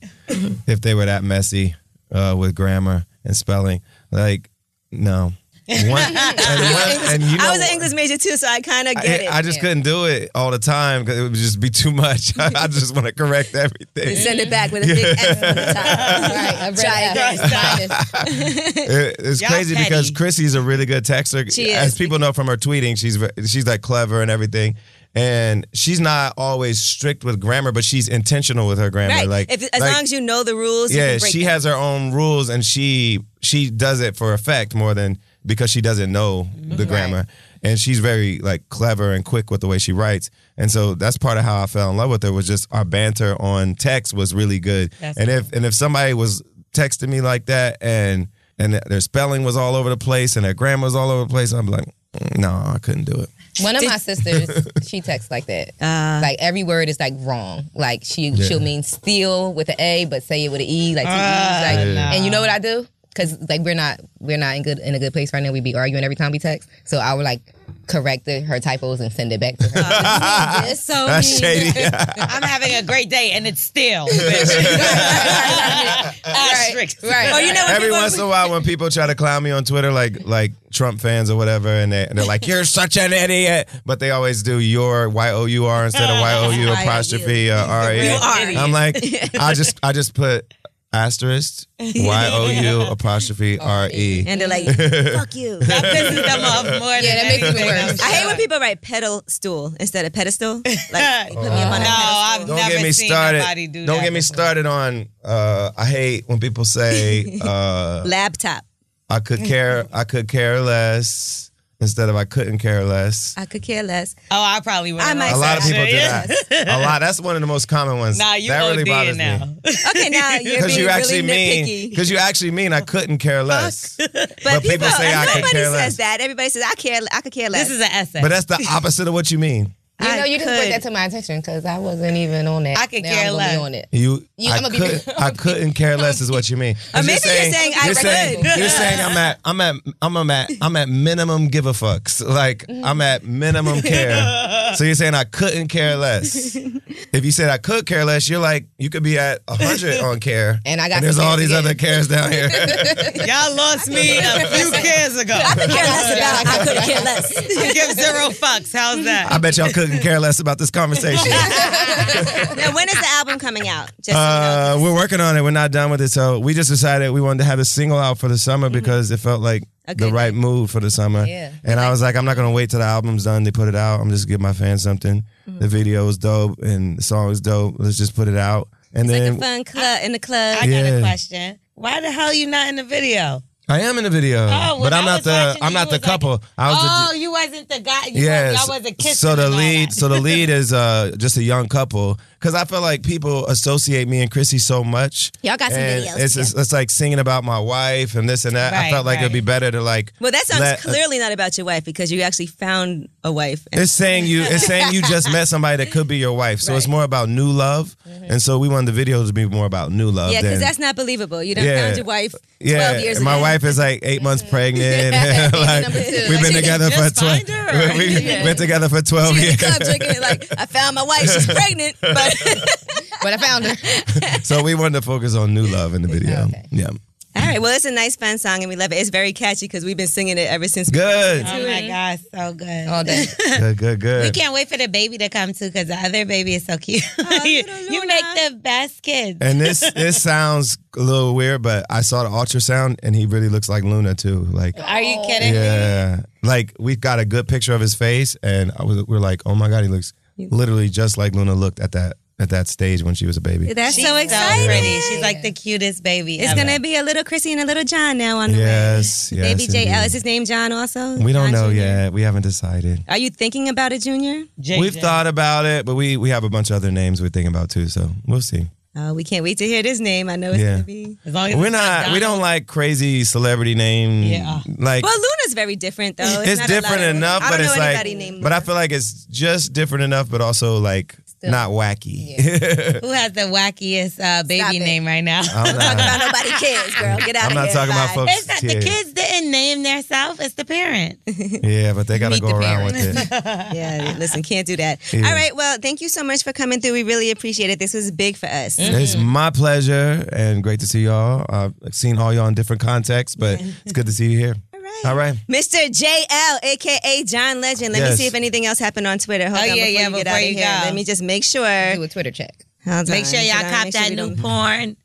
S2: if they were that messy uh, with grammar and spelling. Like, no. One, and, one- and you know,
S1: I was an English major too, so I kind of get
S2: I,
S1: it.
S2: I just couldn't do it all the time because it would just be too much. I just want to correct everything.
S1: send it back with a big S on the top.
S5: Right. I read
S1: Giant
S5: that. Minus.
S2: It- it's
S3: Y'all
S2: crazy
S3: petty.
S2: because Chrissy's a really good texter.
S1: She is.
S2: As people know from her tweeting, she's ve- she's like clever and everything. And she's not always strict with grammar, but she's intentional with her grammar.
S1: Right.
S2: Like
S1: if, as
S2: like,
S1: long as you know the rules, you
S2: yeah,
S1: can break
S2: she
S1: them.
S2: has her own rules and she she does it for effect more than because she doesn't know the grammar. And she's very like clever and quick with the way she writes. And so that's part of how I fell in love with her was just our banter on text was really good.
S3: That's
S2: and if and if somebody was texting me like that and and their spelling was all over the place and their grammar was all over the place, I'm like, "Mm, no, I couldn't do it.
S5: One of my sisters, she texts like that. like every word is like wrong. Like she she'll mean steal with an A, but say it with an E, like two E's. Like,
S2: Yeah.
S5: and you know what I do? Because like we're not we're not in good in a good place right now. We be arguing every time we text. So I would like correct the, her typos and send it back to her.
S1: It's so
S2: That's
S1: mean.
S2: shady.
S3: I'm having a great day, and it's still. bitch. Asterisk.
S5: right.
S1: Or you know, when
S2: Every
S1: people,
S2: once in a while, when people try to clown me on Twitter, like like Trump fans or whatever, and, they, and they're like, "You're such an idiot," but they always do your y o u r instead of y o u apostrophe uh, r e.
S1: real idiot.
S2: I'm like, I just I just put asterisk y o u apostrophe
S3: Oh,
S2: r e.
S1: and they're like, "Fuck you."
S3: That pisses them off more than
S5: Yeah, that makes it
S3: anything
S5: worse.
S3: else.
S1: I hate when people write pedal stool instead of pedestal. Like, you put me up on a
S3: No, I've
S1: pedestal.
S2: Don't get
S3: never
S2: me
S3: seen
S2: started.
S3: nobody do
S2: not
S3: that
S2: get me
S3: before.
S2: started on. Uh, I hate when people say uh,
S1: Laptop.
S2: I could care I could care less instead of I couldn't care less.
S1: I could care less.
S3: Oh, I probably would.
S1: I might
S2: A
S1: Exactly.
S2: lot of people do
S1: Yeah.
S2: that. A lot. That's one of the most common ones.
S3: Nah, you
S2: that
S3: OD
S2: really
S3: it
S2: bothers
S3: now.
S2: me.
S1: Okay, now you're
S2: Because
S1: being
S2: you actually
S1: really
S2: mean,
S1: nitpicky.
S2: because you actually mean I couldn't care less.
S1: But,
S2: people say I could
S1: nobody
S2: care
S1: says
S2: less.
S1: that. Everybody says I care. I could care less.
S3: This is an essay.
S2: But that's the opposite of what you mean.
S5: You know,
S1: I
S5: you just put
S1: could.
S5: that to my attention because I wasn't even on that.
S3: I could
S5: Now
S3: care
S5: I'm gonna be
S3: less.
S5: on it.
S2: You,
S5: You-
S2: I,
S5: I'ma be-
S2: could, I couldn't care less is what you mean. 'Cause
S1: maybe you're saying I
S2: you're saying,
S5: could.
S2: you're saying I'm at I'm at I'm, I'm at I'm at minimum give a fucks. Like I'm at minimum care. so you're saying I couldn't care less. If you said I could care less, you're like you could be at hundred on care.
S5: And I got
S2: there's
S5: some
S2: all
S5: cares
S2: these
S5: to
S2: other cares down here.
S3: Y'all lost me a few years ago.
S1: I could care less about. I could care less.
S3: I give zero fucks. How's
S2: I
S3: that?
S2: bet y'all couldn't care less about this conversation.
S1: now, when is the album coming out? Just so you know.
S2: Uh, we're working on it. We're not done with it. So we just decided we wanted to have a single out for the summer because it felt like the
S1: good
S2: right move for the summer.
S5: Yeah.
S2: And I was like, I'm not gonna wait till the album's done. They put it out. I'm just give my fans something. The video is dope and the song is dope. Let's just put it out. And
S1: Like
S2: then
S1: a fun club in the club.
S3: I got
S2: Yeah.
S3: a question. Why the hell you not in the video?
S2: I am in the video,
S3: Oh, when
S2: but I'm
S3: I
S2: not
S3: was
S2: the
S3: watching
S2: I'm
S3: you,
S2: not the
S3: you was like,
S2: couple. I was the,
S3: oh, you wasn't the guy. You
S2: Yes.
S3: was, y'all wasn't kissing.
S2: so the
S3: and all
S2: lead,
S3: that.
S2: so the lead is uh just a young couple because I feel like people associate me and Chrissy so much.
S1: Y'all got some
S2: and
S1: videos
S2: It's, it's it's like singing about my wife and this and that. I
S3: Right,
S2: felt like it'd
S3: right.
S2: be better to like.
S1: Well, that sounds
S2: let-
S1: clearly not about your wife because you actually found a wife. And
S2: It's saying you. It's saying you just met somebody that could be your wife. So it's more about new love,
S3: Mm-hmm.
S2: and so we wanted the video to be more about new love.
S1: yeah,
S2: than,
S1: because that's not believable. You done
S2: Yeah.
S1: found your wife 12
S2: yeah.
S1: years
S2: my
S1: ago.
S2: wife is like eight months
S3: Mm-hmm.
S2: pregnant. like,
S5: Number two.
S2: we've been
S5: She
S2: together for
S3: just
S2: twelve.
S3: find her, or-
S2: We, have been together for twelve
S1: She's in
S2: years.
S1: the club drinking it like, I found my wife. She's pregnant. But
S5: But I found her.
S2: so we wanted to focus on new love in the video.
S5: Okay.
S2: Yeah.
S1: All right. Well, it's a nice fun song and we love it. It's very catchy because we've been singing it ever since.
S2: Good.
S3: Oh my gosh, so good.
S2: Oh,
S5: All day.
S2: Good, good,
S3: We
S2: good.
S3: can't wait for the baby to come too, because the other baby is so cute. Oh, you,
S1: little
S3: you
S1: Luna.
S3: make the best kids.
S2: And this this sounds a little weird, but I saw the ultrasound and he really looks like Luna too. Like
S3: Are you kidding?
S2: yeah, like we got a good picture of his face, and I was, we are like, oh my god, he looks literally just like Luna looked at that at that stage when she was a baby.
S1: That's so
S3: So
S1: exciting.
S3: pretty. She's like the cutest baby.
S1: It's
S3: ever.
S1: going to be a little Chrissy and a little John now on the way.
S2: Yes, yes.
S1: Baby J. L.
S2: indeed.
S1: Is his name John also?
S2: We
S1: John
S2: don't know
S1: Jr.?
S2: yet. We haven't decided.
S1: Are you thinking about a junior?
S3: Jay
S2: We've
S3: Jay.
S2: thought about it, but we we have a bunch of other names we're thinking about too. So we'll see.
S1: Oh, we can't wait to hear this name. I know it's going
S2: Yeah.
S1: to be.
S3: As long as
S2: We're
S3: it's
S2: not. We don't
S3: Donald.
S2: like crazy celebrity name.
S3: Yeah.
S2: Like
S1: Well, Luna's very different, though. It's,
S2: it's
S1: not a lot
S2: different
S1: of-
S2: enough,
S1: I don't
S2: but it's
S1: know
S2: like,
S1: anybody named
S2: but I
S1: Luna.
S2: feel like it's just different enough, but also like not wacky.
S3: Who has the wackiest uh, baby
S1: it.
S3: name right now?
S2: I'm not,
S1: Don't nobody cares, girl. Get out
S2: I'm
S1: of
S2: not
S1: here.
S2: talking about
S1: Bye.
S2: folks.
S3: It's not the
S2: kids.
S3: kids didn't name themselves. It's the parents.
S2: Yeah, but they gotta
S5: Meet
S2: go
S5: the
S2: around with
S5: parents.
S2: it.
S1: Yeah, listen, can't do that.
S2: Yeah.
S1: All right, well, thank you so much for coming through. We really appreciate it. This was big for us.
S2: It's my pleasure and great to see y'all. I've seen all y'all in different contexts, but it's good to see you here. All
S1: right.
S2: All right.
S1: Mr. JL, aka John Legend. Let
S2: Yes.
S1: me see if anything else happened on Twitter. Hold
S3: Oh,
S1: on
S3: yeah,
S1: before
S3: yeah,
S1: you get
S3: before
S1: out of
S3: you
S1: here.
S3: go.
S1: Let me just make sure.
S5: Do a Twitter check.
S1: Hold
S3: Make sure
S1: on,
S3: y'all
S1: hold on,
S3: cop
S1: make sure
S3: that
S1: we
S3: new
S1: don't-
S3: porn.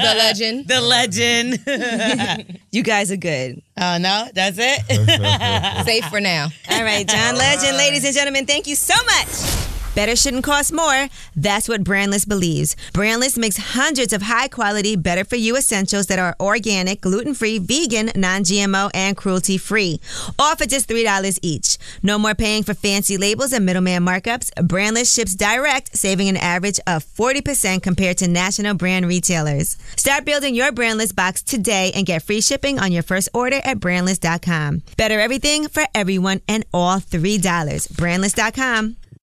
S5: The legend.
S3: The legend.
S1: You guys are good.
S3: oh no, that's it.
S5: Safe for now.
S1: All right, John Legend, ladies and gentlemen, thank you so much. Better shouldn't cost more. That's what Brandless believes. Brandless makes hundreds of high quality, better for you essentials that are organic, gluten free, vegan, non GMO, and cruelty free. All for just $3 each. No more paying for fancy labels and middleman markups. Brandless ships direct, saving an average of 40% compared to national brand retailers. Start building your Brandless box today and get free shipping on your first order at brandless.com. Better everything for everyone and all $3. Brandless.com.